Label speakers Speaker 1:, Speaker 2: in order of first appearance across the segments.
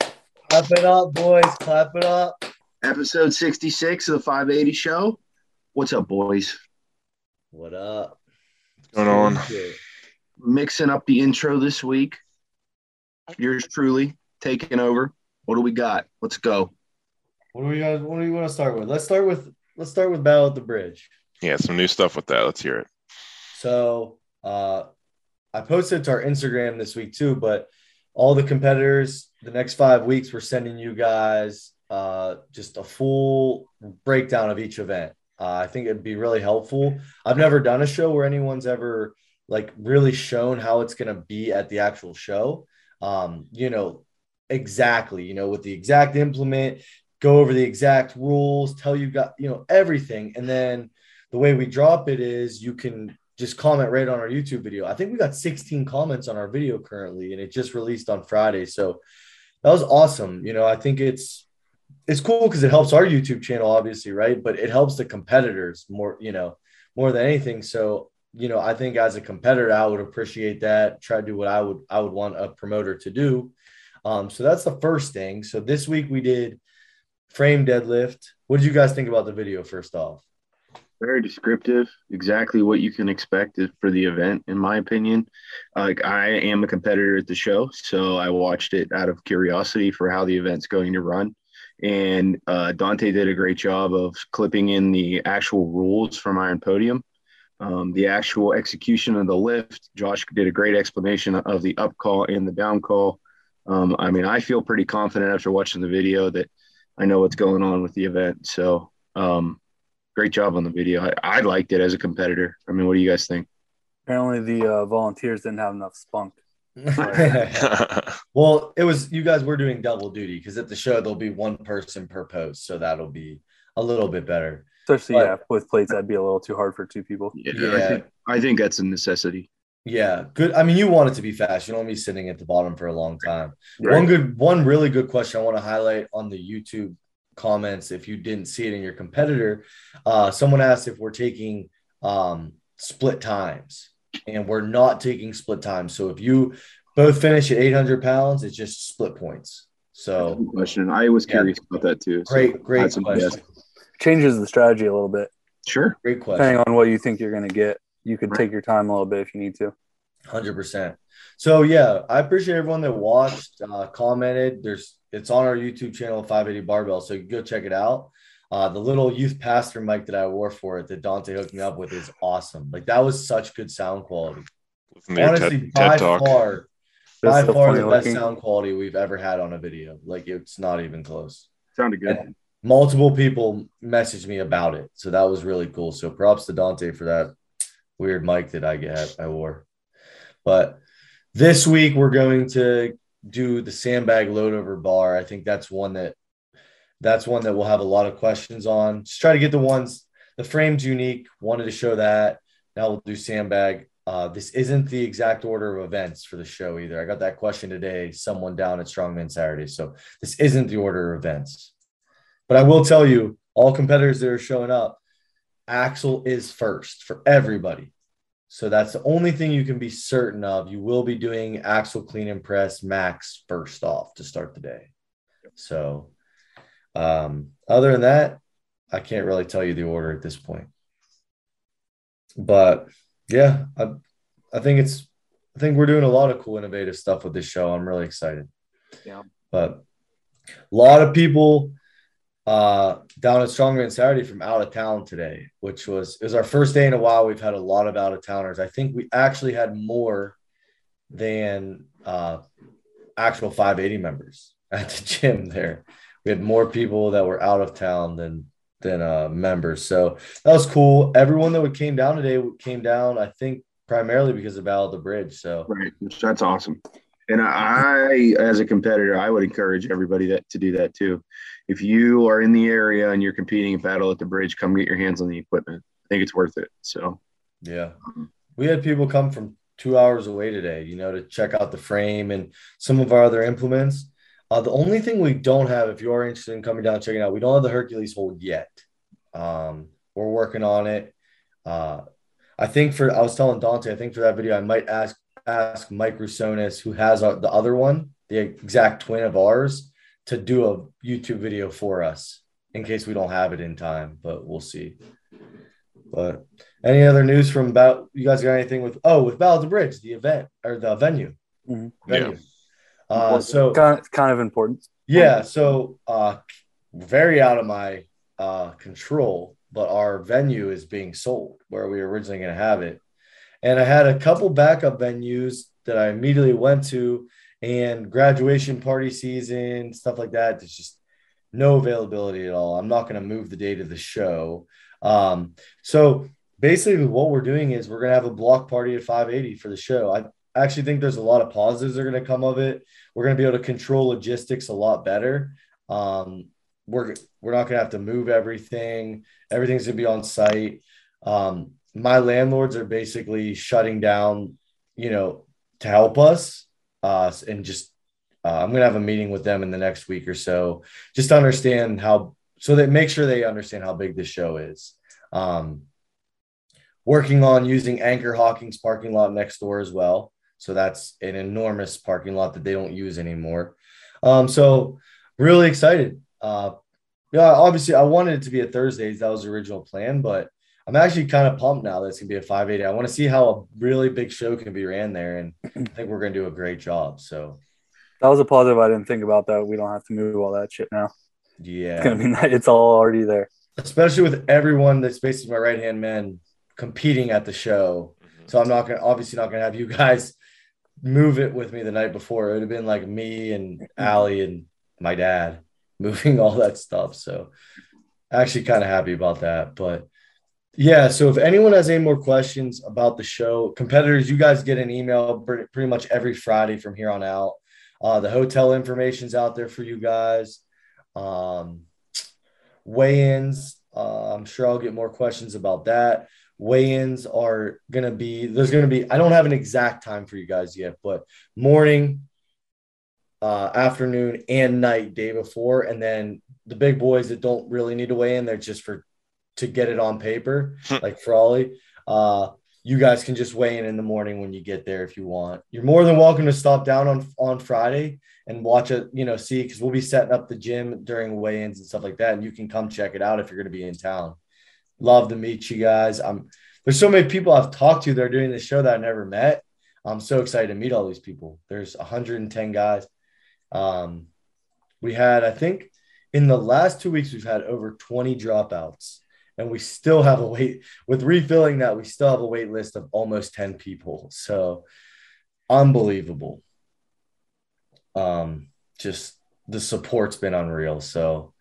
Speaker 1: Clap it up, boys. Clap it up.
Speaker 2: Episode 66 of the 580 show. What's up, boys?
Speaker 1: What up?
Speaker 3: What's going on?
Speaker 2: Mixing up the intro this week. Yours truly taking over. What do we got? Let's go.
Speaker 1: What do we got? What do you want to start with? Let's start with let's start with Battle at the Bridge.
Speaker 3: Yeah, some new stuff with that. Let's hear it.
Speaker 1: So uh I posted to our Instagram this week too, but all the competitors the next five weeks we're sending you guys uh, just a full breakdown of each event uh, i think it'd be really helpful i've never done a show where anyone's ever like really shown how it's going to be at the actual show um, you know exactly you know with the exact implement go over the exact rules tell you got you know everything and then the way we drop it is you can just comment right on our YouTube video. I think we got 16 comments on our video currently, and it just released on Friday. So that was awesome. You know, I think it's it's cool because it helps our YouTube channel, obviously, right? But it helps the competitors more, you know, more than anything. So, you know, I think as a competitor, I would appreciate that. Try to do what I would I would want a promoter to do. Um, so that's the first thing. So this week we did frame deadlift. What did you guys think about the video first off?
Speaker 2: very descriptive exactly what you can expect for the event in my opinion like i am a competitor at the show so i watched it out of curiosity for how the event's going to run and uh, dante did a great job of clipping in the actual rules from iron podium um, the actual execution of the lift josh did a great explanation of the up call and the down call um, i mean i feel pretty confident after watching the video that i know what's going on with the event so um, great job on the video. I, I, liked it as a competitor. I mean, what do you guys think?
Speaker 4: Apparently, the uh, volunteers didn't have enough spunk.
Speaker 1: well, it was you guys were doing double duty because at the show there'll be one person per post, so that'll be a little bit better.
Speaker 4: Especially but, yeah, with plates, that'd be a little too hard for two people.
Speaker 2: Yeah, yeah. I, think, I think that's a necessity.
Speaker 1: Yeah, good. I mean, you want it to be fast. You don't want to be sitting at the bottom for a long time. Right. One good, one really good question I want to highlight on the YouTube comments if you didn't see it in your competitor. Uh, someone asked if we're taking um, split times, and we're not taking split times. So if you both finish at 800 pounds, it's just split points. So
Speaker 2: Good question. I was curious yeah. about that too.
Speaker 1: So great, great question.
Speaker 4: Changes the strategy a little bit.
Speaker 2: Sure.
Speaker 1: Great question.
Speaker 4: Depending on what you think you're going to get, you could right. take your time a little bit if you need to.
Speaker 1: Hundred percent. So yeah, I appreciate everyone that watched, uh, commented. There's it's on our YouTube channel, 580 Barbell. So you go check it out. Uh, the little youth pastor mic that I wore for it that Dante hooked me up with is awesome. Like that was such good sound quality. Honestly, TED, by TED far, That's by far the best looking. sound quality we've ever had on a video. Like it's not even close.
Speaker 2: Sounded good. And
Speaker 1: multiple people messaged me about it, so that was really cool. So props to Dante for that weird mic that I get I wore. But this week we're going to do the sandbag load over bar. I think that's one that that's one that we'll have a lot of questions on. Just try to get the ones the frames unique. Wanted to show that. Now we'll do sandbag. Uh, this isn't the exact order of events for the show either. I got that question today. Someone down at Strongman Saturday, so this isn't the order of events. But I will tell you, all competitors that are showing up, Axel is first for everybody. So that's the only thing you can be certain of. You will be doing axle clean and press max first off to start the day. So, um, other than that, I can't really tell you the order at this point. But yeah, I, I think it's, I think we're doing a lot of cool, innovative stuff with this show. I'm really excited.
Speaker 2: Yeah.
Speaker 1: But a lot of people uh, down at Strongman Saturday from out of town today, which was it was our first day in a while. We've had a lot of out of towners. I think we actually had more than uh, actual 580 members at the gym. There, we had more people that were out of town than than uh, members. So that was cool. Everyone that came down today came down. I think primarily because of Battle of the Bridge. So
Speaker 2: right, that's awesome. And I, as a competitor, I would encourage everybody that to do that too. If you are in the area and you're competing in battle at the bridge, come get your hands on the equipment. I think it's worth it. So,
Speaker 1: yeah, we had people come from two hours away today, you know, to check out the frame and some of our other implements. Uh, the only thing we don't have, if you are interested in coming down and checking out, we don't have the Hercules hold yet. Um, we're working on it. Uh, I think for I was telling Dante, I think for that video, I might ask ask Mike Rusonis, who has the other one, the exact twin of ours, to do a YouTube video for us in case we don't have it in time, but we'll see. But any other news from about you guys got anything with oh with Battle of the Bridge, the event or the venue.
Speaker 4: Mhm.
Speaker 1: venue. Uh, so
Speaker 4: Kind of, kind of important.
Speaker 1: yeah, so uh, very out of my uh, control, but our venue is being sold where we were originally going to have it. And I had a couple backup venues that I immediately went to, and graduation party season, stuff like that. There's just no availability at all. I'm not going to move the date of the show. Um, so basically, what we're doing is we're going to have a block party at 580 for the show. I actually think there's a lot of positives that are going to come of it we're going to be able to control logistics a lot better. Um, we're we're not going to have to move everything. Everything's going to be on site. Um, my landlords are basically shutting down, you know, to help us. Uh, and just uh, I'm going to have a meeting with them in the next week or so, just to understand how so that make sure they understand how big this show is. Um, working on using Anchor Hawking's parking lot next door as well. So that's an enormous parking lot that they don't use anymore. Um, so really excited. Uh, yeah, obviously I wanted it to be a Thursdays. That was the original plan, but I'm actually kind of pumped now that it's gonna be a 580. I want to see how a really big show can be ran there, and I think we're gonna do a great job. So
Speaker 4: That was a positive. I didn't think about that. We don't have to move all that shit now. It's
Speaker 1: yeah,
Speaker 4: gonna be. ni- It's all already there.
Speaker 1: especially with everyone that's basically my right hand man competing at the show.
Speaker 3: Mm-hmm.
Speaker 1: So I'm not gonna obviously not gonna have you guys move it with me the night before. It would have been like me and Allie and my dad moving all that stuff. So actually kind of happy about that. But yeah, so if anyone has any more questions about the show, competitors, you guys get an email pre- pretty much every Friday from here on out. Uh, the hotel information's out there for you guys. Um, weigh-ins. Uh, I'm sure I'll get more questions about that weigh-ins are gonna be there's gonna be i don't have an exact time for you guys yet but morning uh, afternoon and night day before and then the big boys that don't really need to weigh in they're just for to get it on paper like Frawley. Uh, you guys can just weigh in in the morning when you get there if you want. You're more than welcome to stop down on on Friday and watch it. You know, see because we'll be setting up the gym during weigh-ins and stuff like that, and you can come check it out if you're going to be in town. Love to meet you guys. I'm there's so many people I've talked to that are doing this show that I never met. I'm so excited to meet all these people. There's 110 guys. Um, we had, I think, in the last two weeks, we've had over 20 dropouts, and we still have a wait with refilling that. We still have a wait list of almost 10 people. So unbelievable. Um, just the support's been unreal. So,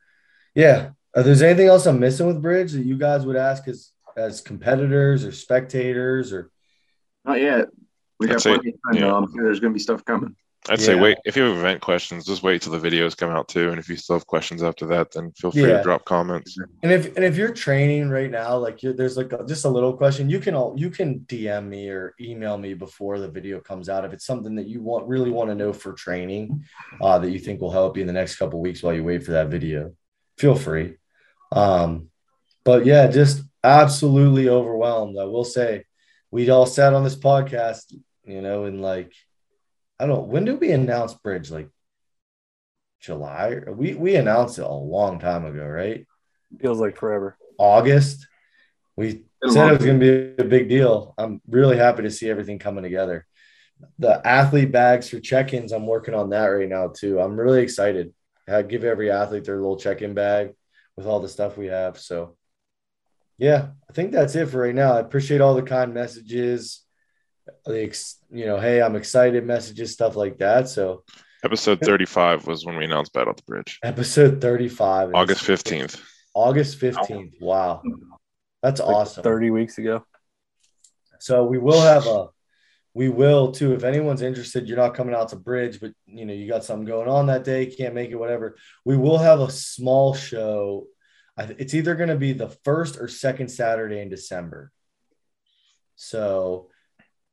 Speaker 1: yeah. If there's anything else I'm missing with Bridge that you guys would ask as as competitors or spectators or
Speaker 2: Not yet. We got
Speaker 3: That's it.
Speaker 2: plenty of time.
Speaker 3: Yeah.
Speaker 2: though. I'm sure there's going to be stuff coming.
Speaker 3: I'd say
Speaker 1: Yeah.
Speaker 3: wait. If you have event questions, just wait till the videos come out too. And if you still have questions after that, then feel free
Speaker 1: Yeah.
Speaker 3: to drop comments.
Speaker 1: And if and if you're training right now, like you're, there's like a, just a little question, you can all you can DM me or email me before the video comes out if it's something that you want really want to know for training, uh, that you think will help you in the next couple weeks while you wait for that video. Feel free. Um, but yeah, just absolutely overwhelmed. I will say, we all sat on this podcast, you know, and like, I don't. When did we announce Bridge? Like July? We we announced it a long time ago, right?
Speaker 4: Feels like forever.
Speaker 1: August. We
Speaker 2: Been a
Speaker 1: said
Speaker 2: long
Speaker 1: it was going to be a big deal. I'm really happy to see everything coming together. The athlete bags for check ins, I'm working on that right now too. I'm really excited. I give every athlete their little check in bag with all the stuff we have. So, yeah, I think that's it for right now. I appreciate all the kind messages, the ex, you know, hey, I'm excited messages, stuff like that. So,
Speaker 3: Episode 35 was when we announced Battle at the Bridge.
Speaker 1: episode 35, is
Speaker 3: August 15th.
Speaker 1: August 15th. Wow, that's
Speaker 4: Like
Speaker 1: awesome.
Speaker 4: Thirty weeks ago.
Speaker 1: So we will have a, we will too. If anyone's interested, you're not coming out to Bridge, but you know you got something going on that day, can't make it, whatever. We will have a small show. I, th- it's either going to be the first or second Saturday in December. So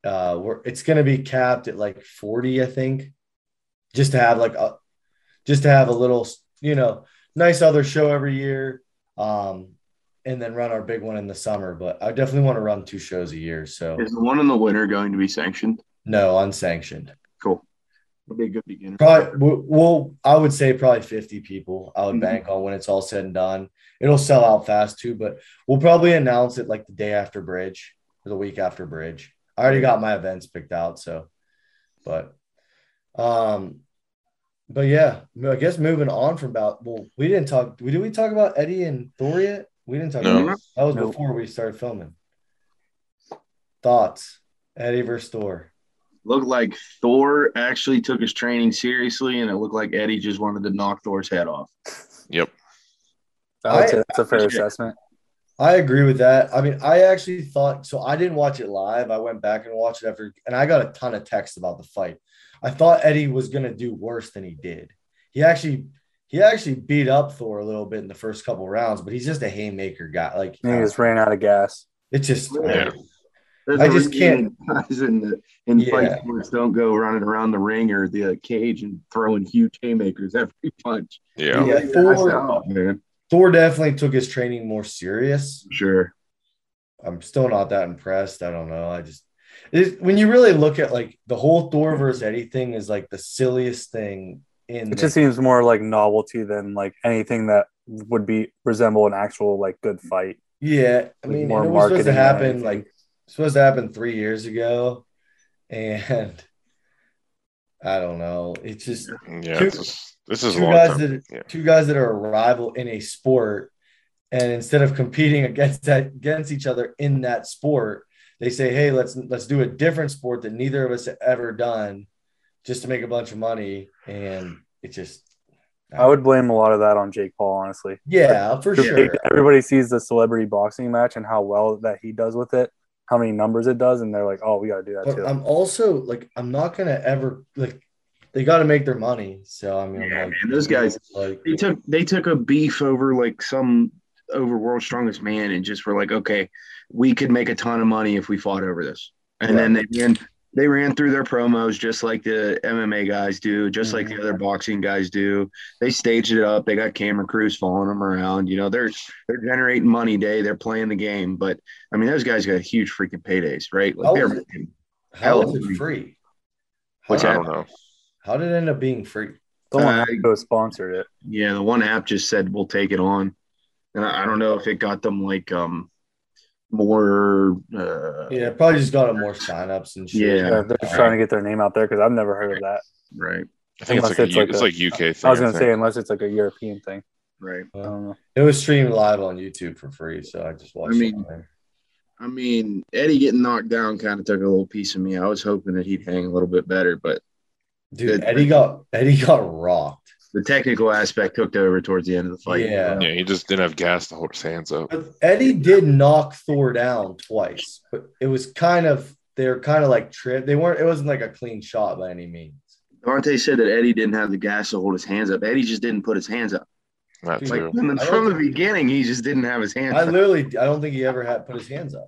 Speaker 1: uh, we're it's going to be capped at like 40, I think, just to have like a, just to have a little, you know, nice other show every year. Um, and then run our big one in the summer, but I definitely want to run two shows a year. So
Speaker 2: Is the one in the winter going to be sanctioned?
Speaker 1: no, unsanctioned.
Speaker 2: Cool. It'll be a good beginner.
Speaker 1: Probably, w- well, I would say probably 50 people. I would bank on when it's all said and done. It'll sell out fast too, but we'll probably announce it like the day after Bridge or the week after Bridge. I already got my events picked out, so, but, um, but yeah, I guess moving on from about. Well, we didn't talk. Did we talk about Eddie and Thor yet? We didn't talk.
Speaker 3: No.
Speaker 1: About, that was
Speaker 4: Nope.
Speaker 1: before we started filming. Thoughts, Eddie versus Thor.
Speaker 2: Looked like Thor actually took his training seriously, and it looked like Eddie just wanted to knock Thor's head off.
Speaker 3: Yep.
Speaker 4: I would
Speaker 1: I-
Speaker 4: say that's a fair
Speaker 2: Yeah.
Speaker 4: assessment.
Speaker 1: I agree with that. I mean, I actually thought so. I didn't watch it live. I went back and watched it after, and I got a ton of texts about the fight. I thought Eddie was gonna do worse than he did. He actually, he actually beat up Thor a little bit in the first couple rounds, but he's just a haymaker guy. Like
Speaker 4: I think he just ran out of gas.
Speaker 1: it's just,
Speaker 3: Yeah.
Speaker 2: There's
Speaker 1: I
Speaker 2: a
Speaker 1: just
Speaker 2: reason Guys in the in
Speaker 1: Yeah.
Speaker 2: fight sports don't go running around the ring or the cage and throwing huge haymakers every punch.
Speaker 3: Yeah.
Speaker 1: Yeah.
Speaker 2: Thor,
Speaker 1: Thor-
Speaker 2: man,
Speaker 1: Thor definitely took his training more serious.
Speaker 2: sure.
Speaker 1: I'm still not that impressed. I don't know. I just it, when you really look at like the whole Thor versus Eddie thing is like the silliest thing in.
Speaker 4: It
Speaker 1: the-
Speaker 4: just seems more like novelty than like anything that would be resemble an actual like good fight.
Speaker 1: yeah, I
Speaker 4: Like,
Speaker 1: mean,
Speaker 4: more
Speaker 1: and it was supposed to
Speaker 4: marketing than
Speaker 1: happen
Speaker 4: anything.
Speaker 1: like supposed to happen three years ago, and I don't know. It's just
Speaker 3: Yeah.
Speaker 1: Two-
Speaker 3: This is, this is a
Speaker 1: two
Speaker 3: long
Speaker 1: guys
Speaker 3: time.
Speaker 1: that
Speaker 3: Yeah.
Speaker 1: two guys that are a rival in a sport, and instead of competing against that against each other in that sport, they say, "Hey, let's let's do a different sport that neither of us have ever done, just to make a bunch of money." And it just,
Speaker 4: I would blame a lot of that on Jake Paul, honestly.
Speaker 1: yeah, uh, for sure.
Speaker 4: Everybody sees the celebrity boxing match and how well that he does with it, how many numbers it does, and they're like, "Oh, we got to do that
Speaker 1: But um,
Speaker 4: too."
Speaker 1: I'm also like, I'm not gonna ever like. They got to make their money, so I mean,
Speaker 2: Yeah,
Speaker 1: like,
Speaker 2: man, those guys-
Speaker 1: like
Speaker 2: They took they took a beef over like some over world's strongest man and just were like, okay, we could make a ton of money if we fought over this. And then they ran they ran through their promos just like the MMA guys do, just like the other boxing guys do. They staged it up. They got camera crews following them around. You know, they're they're generating money day. They're playing the game. But I mean, those guys got huge freaking paydays, right? Like
Speaker 1: How
Speaker 2: they're
Speaker 1: was it?
Speaker 2: making-
Speaker 1: how is it free?
Speaker 2: What's
Speaker 3: I
Speaker 1: how,
Speaker 3: don't know.
Speaker 1: how did it end up being free?
Speaker 4: Someone
Speaker 2: uh,
Speaker 4: had to have sponsored it.
Speaker 2: Yeah, the one app just said we'll take it on, and I, I don't know if it got them like um more. Uh,
Speaker 1: Yeah, probably just got him more signups and shit.
Speaker 2: Yeah.
Speaker 4: Yeah, they're just trying to get their name out there because I've never heard of that.
Speaker 2: Right.
Speaker 3: I think it's like,
Speaker 4: Unless
Speaker 3: a
Speaker 4: it's
Speaker 3: U-
Speaker 4: like
Speaker 3: it's
Speaker 4: a-
Speaker 3: like UK thing.
Speaker 4: I was gonna
Speaker 3: think.
Speaker 4: say unless it's like a European thing.
Speaker 2: Right.
Speaker 4: I don't know.
Speaker 1: It was streamed live on YouTube for free, so I just watched
Speaker 2: I mean-
Speaker 1: it. there.
Speaker 2: I mean, Eddie getting knocked down kind of took a little piece of me. I was hoping that he'd hang a little bit better, but
Speaker 1: Dude,
Speaker 2: Good.
Speaker 1: Eddie got Eddie got rocked.
Speaker 2: the technical aspect took over towards the end of the fight. Uh,
Speaker 1: Yeah.
Speaker 3: Yeah, he just didn't have gas to hold his hands up.
Speaker 1: But Eddie did knock Thor down twice, but it was kind of they were kind of like trip. They weren't. It wasn't like a clean shot by any means.
Speaker 2: Devontae said that Eddie didn't have the gas to hold his hands up. Eddie just didn't put his hands up.
Speaker 3: That
Speaker 1: Dude,
Speaker 2: Like
Speaker 3: too.
Speaker 2: from, the- from the beginning, he just didn't have his hands
Speaker 1: I
Speaker 2: up.
Speaker 1: literally, I don't think he ever had put his hands up.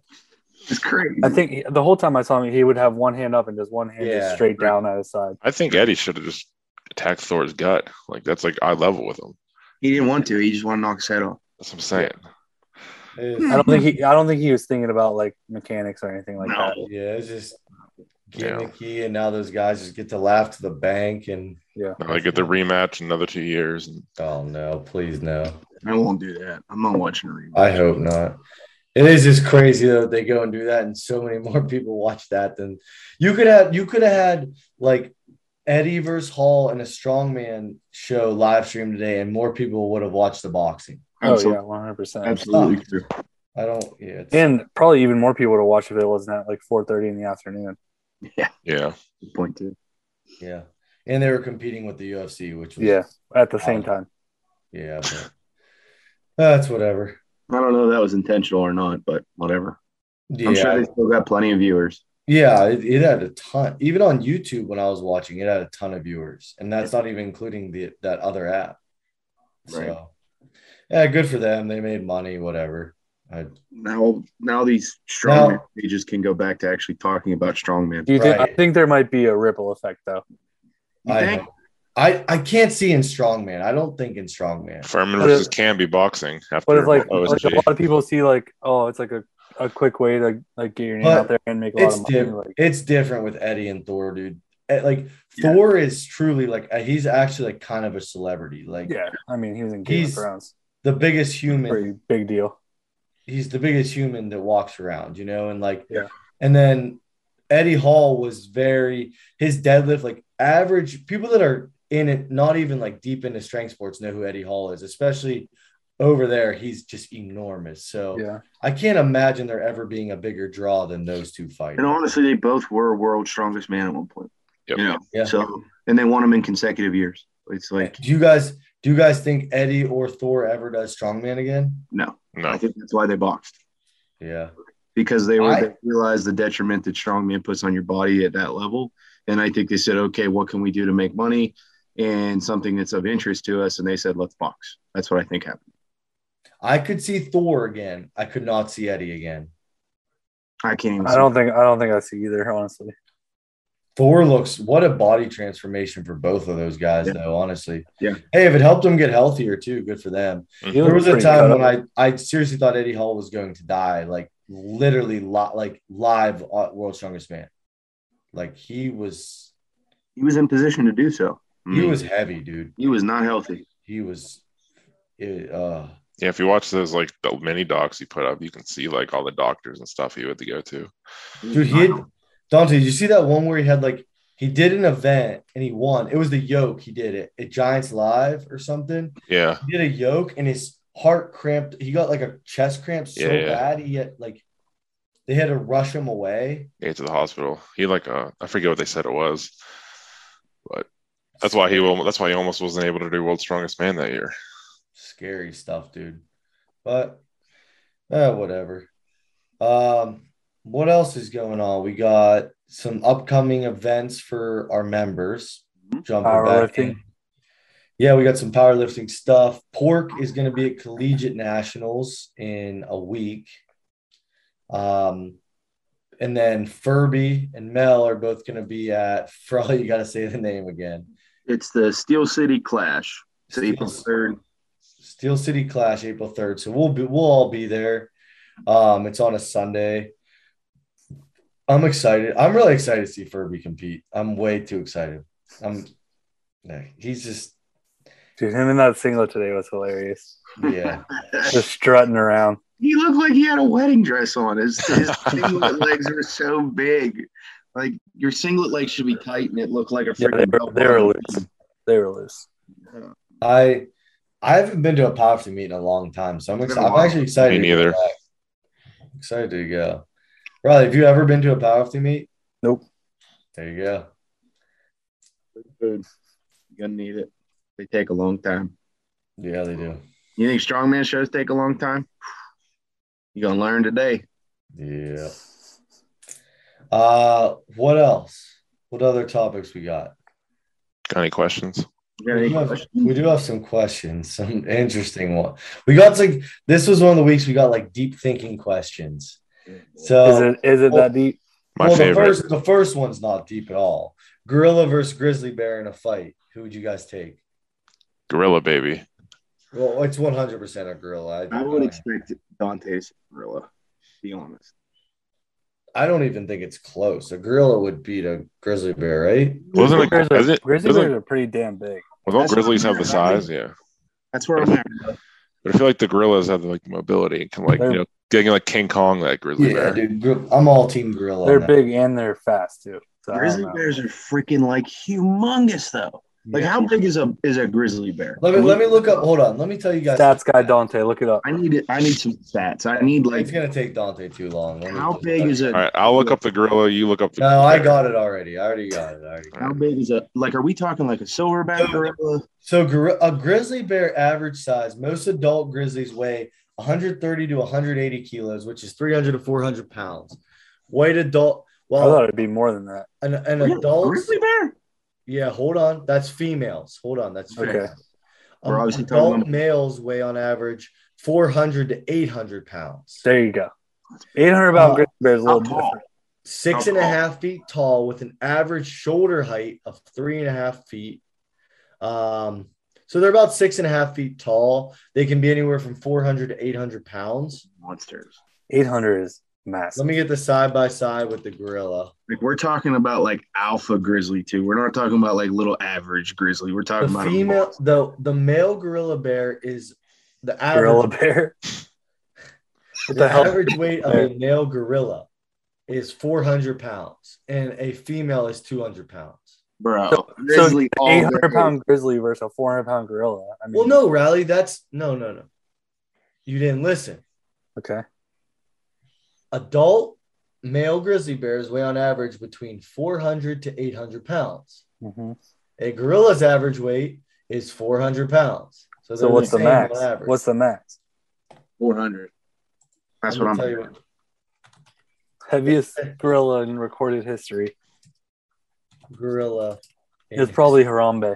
Speaker 2: It's crazy.
Speaker 4: I think he- the whole time I saw him, he would have one hand up and just one hand
Speaker 1: Yeah.
Speaker 4: just straight down at his side.
Speaker 3: I think Eddie should have just attacked Thor's gut. Like that's like eye level with him.
Speaker 2: he didn't want to. He just wanted to knock his head off.
Speaker 3: That's what I'm saying.
Speaker 1: It
Speaker 4: I
Speaker 1: was-
Speaker 4: don't think he. I don't think he was thinking about like mechanics or anything like
Speaker 2: No.
Speaker 4: that.
Speaker 1: yeah, it's just
Speaker 3: Yeah.
Speaker 1: gimmicky, and now those guys just get to laugh to the bank. And
Speaker 3: Now they get the rematch in another two years. And
Speaker 1: oh no, please no.
Speaker 2: I won't do that. I'm not watching a replay.
Speaker 1: I hope not. It is just crazy though that they go and do that, and so many more people watch that than you could have. You could have had like Eddie versus Hall and a strongman show live stream today, and more people would have watched the boxing.
Speaker 4: Oh
Speaker 2: Absolutely.
Speaker 4: yeah, one hundred percent.
Speaker 2: Absolutely true.
Speaker 1: I don't. Yeah, it's,
Speaker 4: And probably even more people would have watched if it wasn't at like four thirty in the afternoon.
Speaker 3: yeah,
Speaker 2: Good point too.
Speaker 1: yeah, and they were competing with the UFC, which was
Speaker 4: Yeah, at the same
Speaker 1: Wow.
Speaker 4: time.
Speaker 1: yeah. but that's whatever.
Speaker 2: I don't know if that was intentional or not, but whatever.
Speaker 1: Yeah,
Speaker 2: I'm sure they still got plenty of viewers.
Speaker 1: yeah. It, it had a ton. Even on YouTube, when I was watching, it had a ton of viewers, and that's not even including the that other app.
Speaker 2: Right.
Speaker 1: So, yeah, good for them. They made money, whatever. I,
Speaker 2: Now, now these strongman pages can go back to actually talking about strongman.
Speaker 4: Do you think? I
Speaker 1: Right.
Speaker 4: think there might be a ripple effect though.
Speaker 2: You
Speaker 1: I,
Speaker 2: think?
Speaker 1: I I can't see in strongman. I don't think in strongman.
Speaker 3: Furman
Speaker 4: What
Speaker 3: versus
Speaker 4: if-
Speaker 3: Canby boxing after
Speaker 4: What if like,
Speaker 1: Oh,
Speaker 4: like
Speaker 3: OSG.
Speaker 4: a lot of people see like, oh, it's like a, a quick way to like get your name
Speaker 1: But
Speaker 4: out there and make a lot
Speaker 1: It's
Speaker 4: of money.
Speaker 1: different.
Speaker 4: Like,
Speaker 1: it's different with Eddie and Thor, dude. eh, like
Speaker 2: Yeah.
Speaker 1: Thor is truly like uh, he's actually like kind of a celebrity. Like
Speaker 4: Yeah, I mean, he was in Game of
Speaker 1: He's-
Speaker 4: Thrones.
Speaker 1: the biggest human
Speaker 4: Pretty big deal.
Speaker 1: he's the biggest human that walks around, you know, and like
Speaker 4: Yeah.
Speaker 1: and then Eddie Hall was very his deadlift, like average people that are in it, not even like deep into strength sports know who Eddie Hall is, especially over there. He's just enormous. So
Speaker 4: Yeah,
Speaker 1: I can't imagine there ever being a bigger draw than those two fighters.
Speaker 2: And honestly, they both were world's strongest man at one point.
Speaker 3: Yep.
Speaker 2: You know,
Speaker 1: Yeah.
Speaker 2: so and they won them in consecutive years. It's like
Speaker 1: do you guys do you guys think Eddie or Thor ever does strongman again?
Speaker 2: no, I
Speaker 3: No.
Speaker 2: think that's why they boxed
Speaker 1: Yeah.
Speaker 2: because they were
Speaker 1: I-
Speaker 2: they realized the detriment that strongman puts on your body at that level. And I think they said, okay, what can we do to make money and something that's of interest to us? And they said, let's box. That's what I think happened.
Speaker 1: I could see Thor again. I could not see Eddie again.
Speaker 2: I can't even.
Speaker 4: I don't think I don't think I see either. Honestly,
Speaker 1: Thor looks what a body transformation for both of those guys,
Speaker 2: Yeah.
Speaker 1: though. Honestly,
Speaker 2: Yeah.
Speaker 1: Hey, if it helped them get healthier too, good for them.
Speaker 4: He
Speaker 1: There was a
Speaker 4: pretty
Speaker 1: time
Speaker 4: cut
Speaker 1: when
Speaker 4: up.
Speaker 1: I I seriously thought Eddie Hall was going to die, like literally, lot like live uh, World's Strongest Man. Like he was,
Speaker 2: he was in position to do so. I
Speaker 1: he
Speaker 2: mean,
Speaker 1: was heavy, dude.
Speaker 2: Mm. he was not healthy.
Speaker 1: He was, it, uh,
Speaker 3: Yeah, if you watch those like the mini docs he put up, you can see like all the doctors and stuff he had to go to.
Speaker 1: dude. He had, Dante. Did you see that one where he had like he did an event and he won? It was the yoke. He did it at Giants Live or something.
Speaker 3: Yeah.
Speaker 1: He did a yoke and his heart cramped. He got like a chest cramp so
Speaker 3: Yeah, yeah.
Speaker 1: bad he had like they had to rush him away.
Speaker 3: Get to the hospital. He like uh I forget what they said it was. But that's why he will that's why he almost wasn't able to do World's Strongest Man that year.
Speaker 1: Scary stuff, dude. But uh, whatever. Um, what else is going on? We got some upcoming events for our members.
Speaker 2: Mhm.
Speaker 1: Jumping back
Speaker 4: Powerlifting.
Speaker 1: in. Yeah, we got some powerlifting stuff. Pork is going to be at Collegiate Nationals in a week. Um, and then Furby and Mel are both going to be at. For all you got to say the name again.
Speaker 2: It's the Steel City Clash. It's April
Speaker 1: Steel-
Speaker 2: third.
Speaker 1: Steel City Clash, April third. So we'll be we'll all be there. Um, it's on a Sunday. I'm excited. I'm really excited to see Furby compete. I'm way too excited. I'm. yeah, He's just
Speaker 4: dude, him in that singlet today was hilarious.
Speaker 1: yeah.
Speaker 4: Just strutting around.
Speaker 2: He looked like he had a wedding dress on. His, his singlet legs were so big. Like your singlet legs should be tight, and it looked like a
Speaker 4: Yeah, they
Speaker 2: freaking.
Speaker 4: were, they were loose. They were loose.
Speaker 1: I I haven't been to a powerlifting meet in a long time, so I'm
Speaker 2: It's been
Speaker 1: excited.
Speaker 2: a
Speaker 1: I'm
Speaker 2: while.
Speaker 1: actually excited.
Speaker 3: Me
Speaker 1: to go
Speaker 3: neither.
Speaker 1: back. Excited to go. Riley, have you ever been to a powerlifting meet?
Speaker 4: Nope.
Speaker 1: There you go.
Speaker 2: Food. You're gonna need it. They take a long time.
Speaker 1: Yeah, they do.
Speaker 2: You think strongman shows take a long time? You're gonna learn today.
Speaker 1: Yeah. Uh, what else? What other topics we got?
Speaker 3: Got any questions?
Speaker 2: You got
Speaker 1: We
Speaker 2: any
Speaker 1: do, have,
Speaker 2: questions?
Speaker 1: we do have some questions, some interesting one. We got like this was one of the weeks we got like deep thinking questions.
Speaker 4: Is
Speaker 1: So
Speaker 4: it is it
Speaker 1: Uh, Well-
Speaker 4: that deep?
Speaker 3: My
Speaker 1: well,
Speaker 3: favorite.
Speaker 1: the first the first one's not deep at all. Gorilla versus grizzly bear in a fight. Who would you guys take?
Speaker 3: Gorilla baby.
Speaker 1: Well, it's one hundred percent a gorilla. I,
Speaker 2: I would expect Dante's gorilla. Be honest.
Speaker 1: I don't even think it's close. A gorilla would beat a grizzly bear, right?
Speaker 3: Wasn't it-
Speaker 4: Grizzly bears
Speaker 3: is
Speaker 4: are,
Speaker 3: it-
Speaker 4: grizzly
Speaker 3: is it-
Speaker 4: bears are pretty damn big.
Speaker 3: Well, don't
Speaker 2: That's-
Speaker 3: grizzlies have the size? Yeah.
Speaker 2: That's where I'm at.
Speaker 3: But I feel like the gorillas have like mobility and can like you
Speaker 4: They're-
Speaker 3: know getting like King Kong that grizzly bear.
Speaker 1: dude. gor- I'm all team gorilla. on
Speaker 4: They're
Speaker 1: that.
Speaker 4: big and they're fast too. So I don't
Speaker 2: Grizzly
Speaker 4: know.
Speaker 2: bears are freaking like humongous though. Like how big is a is a grizzly bear?
Speaker 1: Let me let me look up. Hold on. Let me tell you guys.
Speaker 4: Stats guy Dante, look it up.
Speaker 2: I need it. I need some stats. I need like
Speaker 1: it's gonna take Dante too long. Let me
Speaker 2: how
Speaker 1: just-
Speaker 2: big is a
Speaker 3: All right, I'll look up the gorilla. You look up the.
Speaker 1: No, I got it already. I already got it. I already.
Speaker 2: how big is a like? Are we talking like a silverback
Speaker 1: Uh,
Speaker 2: gorilla?
Speaker 1: So gor- a grizzly bear average size. Most adult grizzlies weigh 130 to 180 kilos, which is 300 to 400 pounds. White adult.
Speaker 4: I thought
Speaker 1: Well,
Speaker 4: it'd be more than that.
Speaker 1: an, an adult.
Speaker 2: Grizzly bear?
Speaker 1: Yeah, hold on. That's females. Hold on. That's
Speaker 4: Okay.
Speaker 1: females.
Speaker 2: We're
Speaker 1: Um,
Speaker 2: obviously talking
Speaker 1: adult
Speaker 2: about-
Speaker 1: males weigh on average 400 to 800 pounds.
Speaker 4: There you go. 800 pound
Speaker 1: Uh,
Speaker 4: grizzly bear is a
Speaker 2: How
Speaker 4: little
Speaker 2: tall?
Speaker 4: different.
Speaker 1: Six and a half feet tall with an average shoulder height of three and a half feet. Um, so they're about six and a half feet tall. They can be anywhere from 400 to 800 pounds.
Speaker 2: Monsters.
Speaker 4: 800 is massive.
Speaker 1: Let me get the side by side with the gorilla.
Speaker 2: Like we're talking about like alpha grizzly too. We're not talking about like little average grizzly. We're
Speaker 1: The
Speaker 2: talking about a
Speaker 1: female,
Speaker 2: monster.
Speaker 1: the the male gorilla bear is the average,
Speaker 4: gorilla bear.
Speaker 1: the
Speaker 4: What the hell?
Speaker 1: average weight of a male gorilla is 400 pounds, and a female is 200 pounds.
Speaker 2: bro.
Speaker 4: So-
Speaker 2: grizzly all
Speaker 4: Eight
Speaker 2: day.
Speaker 4: hundred pound grizzly versus a four hundred pound gorilla. I mean,
Speaker 1: Well, no, Rally, that's no, no, no. You didn't listen.
Speaker 4: Okay.
Speaker 1: Adult male grizzly bears weigh on average between 400 to 800 pounds.
Speaker 4: Mhm.
Speaker 1: A gorilla's average weight is 400 pounds. So,
Speaker 4: So
Speaker 1: they're
Speaker 4: what's the
Speaker 1: same on
Speaker 4: max?
Speaker 1: average.
Speaker 4: What's the max?
Speaker 2: 400. That's what
Speaker 1: gonna
Speaker 2: I'm
Speaker 1: tell you what-
Speaker 4: Heaviest gorilla in recorded history.
Speaker 1: gorilla.
Speaker 4: It was probably Harambe.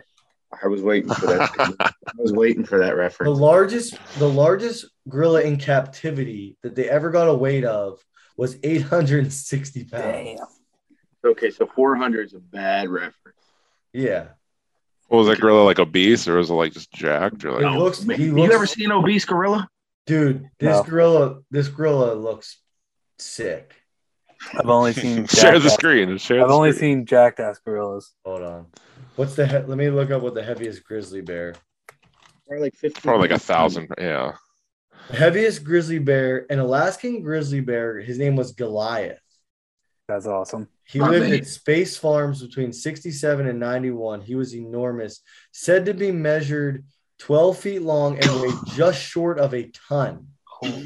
Speaker 2: I was waiting for that. I was waiting for that
Speaker 1: the
Speaker 2: reference.
Speaker 1: largest. The largest gorilla in captivity that they ever got a weight of was 860 pounds.
Speaker 2: Okay, so 400 is a bad reference.
Speaker 1: Yeah,
Speaker 3: What was that gorilla like obese or was it like just jacked or like
Speaker 1: No. looks- he
Speaker 2: Oh, man. you
Speaker 1: looks-
Speaker 2: ever seen an obese gorilla?
Speaker 1: dude, this
Speaker 4: No.
Speaker 1: gorilla. This gorilla looks sick.
Speaker 4: I've only seen
Speaker 3: share the
Speaker 4: jackass-
Speaker 3: screen? Share
Speaker 4: I've
Speaker 3: the
Speaker 4: only
Speaker 3: screen.
Speaker 4: seen jackass gorillas.
Speaker 1: Hold on. What's the? He- let me look up what the heaviest grizzly bear.
Speaker 2: Probably like 15.
Speaker 3: probably like a thousand. Yeah,
Speaker 1: The heaviest grizzly bear, an Alaskan grizzly bear. His name was Goliath.
Speaker 4: That's awesome.
Speaker 1: He
Speaker 2: My
Speaker 1: lived
Speaker 2: man.
Speaker 1: at Space Farms between 67 and 91. He was enormous, said to be measured 12 feet long and weighed just short of a ton.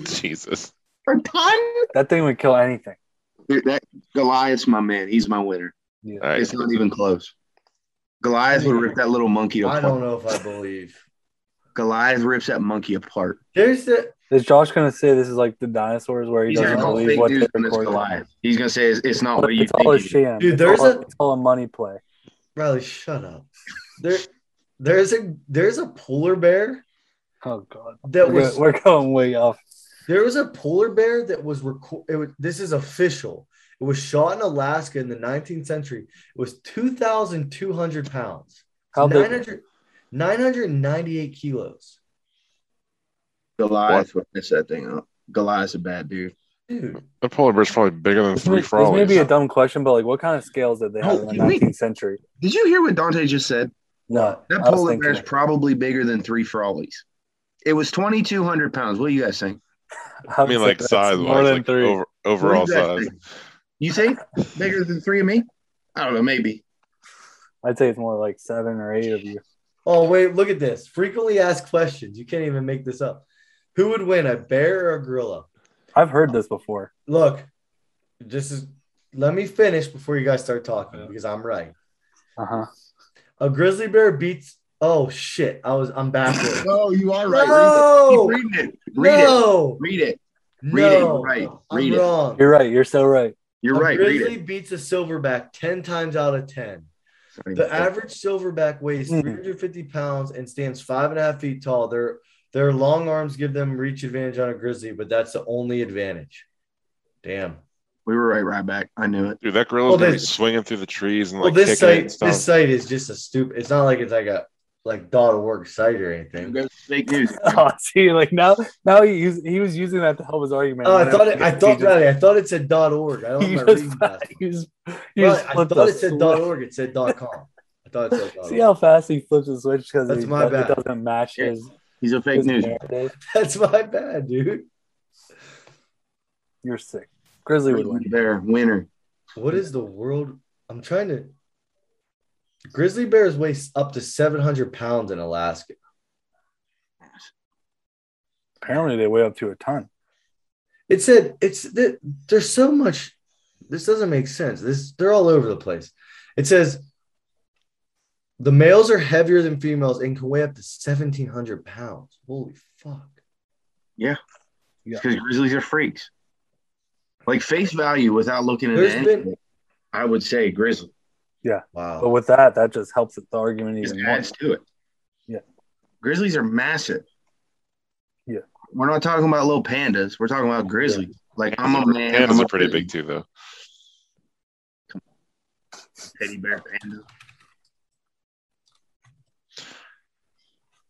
Speaker 3: Jesus.
Speaker 2: A ton?
Speaker 4: That thing would kill anything.
Speaker 2: Dude, that Goliath's my man. He's my winner.
Speaker 3: All right.
Speaker 2: It's not even close. Goliath would rip that little monkey apart.
Speaker 1: I don't know if I believe.
Speaker 2: Goliath rips that monkey apart.
Speaker 1: There's the
Speaker 4: Is Josh gonna say this is like the dinosaurs where he
Speaker 2: He's
Speaker 4: doesn't
Speaker 2: gonna call
Speaker 4: believe
Speaker 2: fake
Speaker 4: what
Speaker 2: news
Speaker 4: they
Speaker 2: on this
Speaker 4: recorded?
Speaker 2: Goliath. He's gonna say it's, it's not what you
Speaker 4: It's all a
Speaker 2: think. it is.
Speaker 4: sham.
Speaker 1: Dude,
Speaker 4: It's
Speaker 1: there's
Speaker 4: all-
Speaker 1: a-
Speaker 4: it's all a money play.
Speaker 1: Riley, shut up. There, there's a there's a polar bear
Speaker 4: Oh god,
Speaker 1: that
Speaker 4: we're,
Speaker 1: was
Speaker 4: go- we're going way off.
Speaker 1: There was a polar bear that was recorded. This is official. It was shot in Alaska in the 19th century. It was 2,200 pounds.
Speaker 4: How big?
Speaker 1: 900 998 kilos.
Speaker 2: Goliath would mess that thing up. Goliath's a bad dude.
Speaker 1: Dude,
Speaker 3: That polar bear's probably bigger than
Speaker 4: This
Speaker 3: three
Speaker 4: may, this may
Speaker 3: frollies.
Speaker 4: be a dumb question, but like, what kind of scales did they have
Speaker 2: Oh,
Speaker 4: in
Speaker 2: you
Speaker 4: the
Speaker 2: mean-
Speaker 4: 19th century?
Speaker 2: Did you hear what Dante just said?
Speaker 4: No,
Speaker 2: That
Speaker 4: I was
Speaker 2: polar bear's
Speaker 4: thinking.
Speaker 2: probably bigger than three frollies. It was 2,200 pounds. What do you guys think?
Speaker 3: I mean,
Speaker 4: would
Speaker 3: like
Speaker 4: say that's
Speaker 3: size
Speaker 4: more
Speaker 3: wise,
Speaker 4: than
Speaker 3: like
Speaker 4: three.
Speaker 3: over, overall
Speaker 2: What do you guys
Speaker 3: size.
Speaker 2: think? You think bigger than three of me? I don't know, maybe.
Speaker 4: I'd say it's more like seven or eight of you.
Speaker 1: oh, wait, look at this. Frequently asked questions. You can't even make this up. Who would win, a bear or a gorilla?
Speaker 4: I've heard this before.
Speaker 1: Look, this is. Let me finish before you guys start talking because I'm right.
Speaker 4: Uh
Speaker 1: Uh-huh.
Speaker 4: huh.
Speaker 1: A grizzly bear beats. Oh shit! I was. I'm backwards.
Speaker 2: Oh, you are
Speaker 1: No!
Speaker 2: Read it. Keep reading it. Read it.
Speaker 1: no!
Speaker 2: Read it. Read it.
Speaker 1: No,
Speaker 2: Right.
Speaker 1: I'm
Speaker 2: Read it.
Speaker 1: wrong.
Speaker 4: You're right. You're so right.
Speaker 2: You're
Speaker 1: a
Speaker 2: right. Read
Speaker 1: grizzly
Speaker 2: it.
Speaker 1: beats a silverback 10 times out of 10. The average silverback weighs
Speaker 2: Mm.
Speaker 4: Mhm.
Speaker 1: 350 pounds and stands five and a half feet tall. Their their long arms give them reach advantage on a grizzly, but that's the only advantage. Damn.
Speaker 2: We were right, right back. I knew it.
Speaker 3: Dude, that gorilla's
Speaker 1: Well,
Speaker 3: gonna
Speaker 1: this-
Speaker 3: be swinging through the trees and
Speaker 1: Well,
Speaker 3: like
Speaker 1: this
Speaker 3: kicking it
Speaker 1: site
Speaker 3: and stuff.
Speaker 1: this site is just a stupid. It's not like it's like a like dot org site or anything.
Speaker 2: Fake news.
Speaker 4: Oh, see, like now, now he used, he was using that to help his argument.
Speaker 1: Oh, I
Speaker 4: And then
Speaker 1: thought it. I
Speaker 4: he
Speaker 1: thought
Speaker 4: just-
Speaker 1: Riley, I thought it said dot org. I don't
Speaker 4: He
Speaker 1: remember
Speaker 4: just,
Speaker 1: reading that.
Speaker 4: he just, he
Speaker 1: Riley,
Speaker 4: just
Speaker 1: I
Speaker 4: flipped
Speaker 1: thought
Speaker 4: the
Speaker 1: it said
Speaker 4: switch.
Speaker 1: dot org. It said dot com. I thought it said dot
Speaker 4: See
Speaker 1: org.
Speaker 4: how fast he flips the switch because
Speaker 1: That's
Speaker 4: it,
Speaker 1: my
Speaker 4: it
Speaker 1: bad.
Speaker 4: doesn't match his,
Speaker 2: He's a fake
Speaker 4: his
Speaker 2: news.
Speaker 4: narrative.
Speaker 1: That's my bad, dude.
Speaker 4: You're sick. Grizzly would win.
Speaker 2: There, winner.
Speaker 1: What is the world? I'm trying to. Grizzly bears weigh up to 700 pounds in Alaska.
Speaker 4: Apparently, they weigh up to a ton.
Speaker 1: It said it's that there's so much. This doesn't make sense. This they're all over the place. It says the males are heavier than females and can weigh up to 1,700 pounds. Holy fuck!
Speaker 4: Yeah.
Speaker 2: Because Grizzlies are freaks. Like face value, without looking at
Speaker 1: There's
Speaker 2: it,
Speaker 1: been-
Speaker 2: I would say Grizzly.
Speaker 1: Wow.
Speaker 4: But with that, that just helps the argument
Speaker 2: Just
Speaker 4: even more.
Speaker 2: adds to it.
Speaker 4: Yeah.
Speaker 2: Grizzlies are massive.
Speaker 4: Yeah.
Speaker 2: We're not talking about little pandas. We're talking about grizzlies. Like I'm a man.
Speaker 3: Pandas
Speaker 2: I'm
Speaker 3: are
Speaker 2: a
Speaker 3: pretty
Speaker 2: grizzly.
Speaker 3: big too, though.
Speaker 2: Teddy bear panda.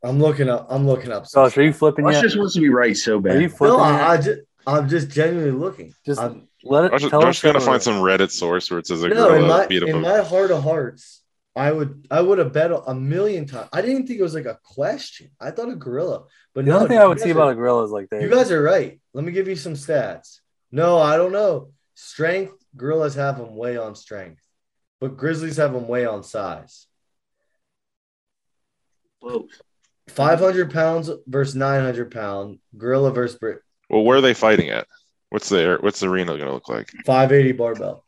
Speaker 1: I'm looking up. I'm looking up.
Speaker 4: Josh, are you flipping
Speaker 2: Josh
Speaker 4: yet?
Speaker 2: just wants to be right so
Speaker 4: Are you
Speaker 2: bad.
Speaker 4: flipping
Speaker 1: no, I,
Speaker 4: yet?
Speaker 1: just I'm just genuinely looking.
Speaker 4: Just
Speaker 1: I'm,
Speaker 4: let it.
Speaker 3: I'm just,
Speaker 4: tell
Speaker 3: I'm
Speaker 4: us
Speaker 3: just gonna
Speaker 4: the-
Speaker 3: find some Reddit source where it says a
Speaker 1: no, in
Speaker 3: gorilla
Speaker 1: my
Speaker 3: beat up
Speaker 1: in
Speaker 3: a
Speaker 1: my heart of hearts, I would I would have bet a million times. I didn't think it was like a question. I thought a gorilla, but
Speaker 4: The
Speaker 1: no,
Speaker 4: only thing
Speaker 1: you
Speaker 4: I would
Speaker 1: guys
Speaker 4: see
Speaker 1: are-
Speaker 4: about a gorilla is like they.
Speaker 1: You guys are right. Let me give you some stats. No, I don't know. Strength, gorillas have them way on strength, but grizzlies have them way on size.
Speaker 2: Close.
Speaker 1: 500 pounds versus 900 pound, gorilla versus Brit,
Speaker 3: Well, where are they fighting at? What's their what's the arena gonna look like?
Speaker 1: 580 barbell.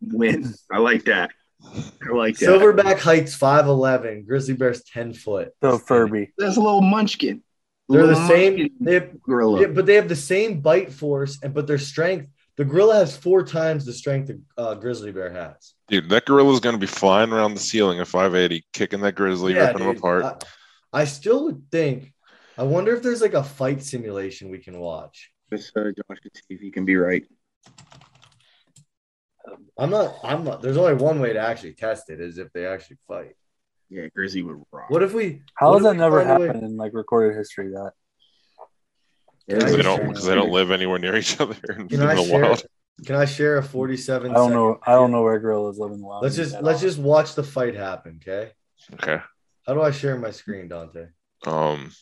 Speaker 2: Win. I like that. I like that.
Speaker 1: Silverback heights 5'11, grizzly bears 10 foot.
Speaker 4: so Furby.
Speaker 2: That's a little munchkin.
Speaker 1: They're
Speaker 2: Little
Speaker 1: the same,
Speaker 2: munchkin
Speaker 1: they have,
Speaker 2: gorilla.
Speaker 1: yeah, but they have the same bite force, and but their strength, the gorilla has four times the strength a uh, grizzly bear has.
Speaker 3: Dude, that gorilla's gonna be flying around the ceiling at 580, kicking that grizzly,
Speaker 1: Yeah,
Speaker 3: ripping him
Speaker 1: dude. Uh,
Speaker 3: apart.
Speaker 1: I, I still would think. I wonder if there's like a fight simulation we can watch.
Speaker 2: Just so Josh can see if he can be right.
Speaker 1: I'm not. I'm not. There's only one way to actually test it is if they actually fight.
Speaker 2: Yeah, Grizzly would rock.
Speaker 1: What if we? what
Speaker 4: How has
Speaker 1: if
Speaker 4: that
Speaker 1: we
Speaker 4: never
Speaker 1: find a way-
Speaker 4: happened in like recorded history? That
Speaker 2: Yeah,
Speaker 1: Can I
Speaker 3: Because they
Speaker 1: just
Speaker 3: don't
Speaker 1: share-
Speaker 3: because they don't live anywhere near each other in,
Speaker 1: Can
Speaker 3: in
Speaker 1: I
Speaker 3: the
Speaker 1: share?
Speaker 3: wild.
Speaker 1: Can I share a 47?
Speaker 4: I don't know.
Speaker 1: second-
Speaker 4: I don't know where gorillas live in the wild.
Speaker 1: Let's just let's just watch the fight happen. Okay.
Speaker 3: Okay.
Speaker 1: How do I share my screen, Dante?
Speaker 3: Um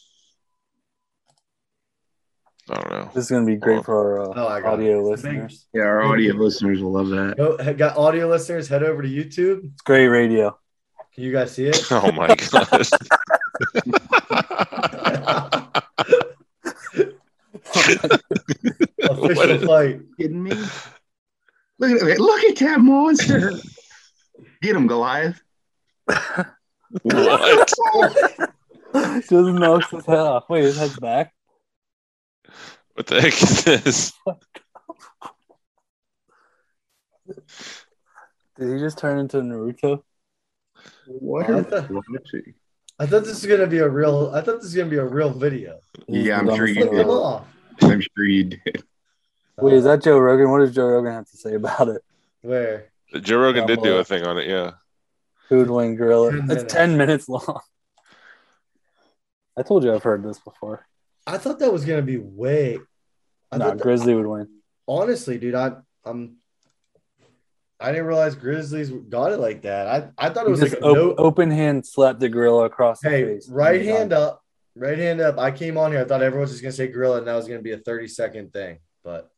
Speaker 3: I don't know.
Speaker 4: This is gonna be great
Speaker 3: Hold
Speaker 4: for our uh,
Speaker 1: Oh, I got
Speaker 4: audio
Speaker 1: it.
Speaker 4: listeners.
Speaker 2: Yeah, our audio listeners will love that.
Speaker 1: Go, got audio listeners. Head over to YouTube.
Speaker 4: It's great radio.
Speaker 1: Can you guys see it?
Speaker 3: Oh my god. What
Speaker 1: Official
Speaker 3: is-
Speaker 1: fight.
Speaker 2: kidding me? Look at look at that monster. Get him, Goliath.
Speaker 3: what?
Speaker 4: just knocks his head off. Wait, his head's back.
Speaker 3: What the heck is this?
Speaker 4: Did he just turn into Naruto?
Speaker 2: What
Speaker 1: are
Speaker 2: are
Speaker 1: you I thought this was gonna be a real. I thought this was gonna be a real video.
Speaker 4: He's
Speaker 2: Yeah, I'm
Speaker 4: the
Speaker 2: sure you
Speaker 1: Flip
Speaker 4: dumbest thing
Speaker 1: them
Speaker 4: ever.
Speaker 1: off.
Speaker 2: I'm sure you did.
Speaker 4: Wait, is that Joe Rogan? What does Joe Rogan have to say about it?
Speaker 1: where?
Speaker 3: Joe Rogan
Speaker 4: Yeah,
Speaker 3: did do
Speaker 4: well-
Speaker 3: a thing on it, yeah.
Speaker 4: Who would win gorilla?
Speaker 1: Ten
Speaker 4: it's
Speaker 1: minutes.
Speaker 4: ten minutes long. I told you I've heard this before.
Speaker 1: I thought that was gonna be way. I
Speaker 4: No,
Speaker 1: thought that-
Speaker 4: Grizzly would win.
Speaker 1: honestly, dude, I I'm. I didn't realize Grizzlies got it like that. I, I thought it
Speaker 4: He
Speaker 1: was
Speaker 4: just
Speaker 1: like a
Speaker 4: op-
Speaker 1: no.
Speaker 4: open hand slapped the gorilla across the
Speaker 1: hey,
Speaker 4: face.
Speaker 1: right hand up, right hand up. I came on here. I thought everyone was just gonna say gorilla, and that was gonna be a thirty second thing. But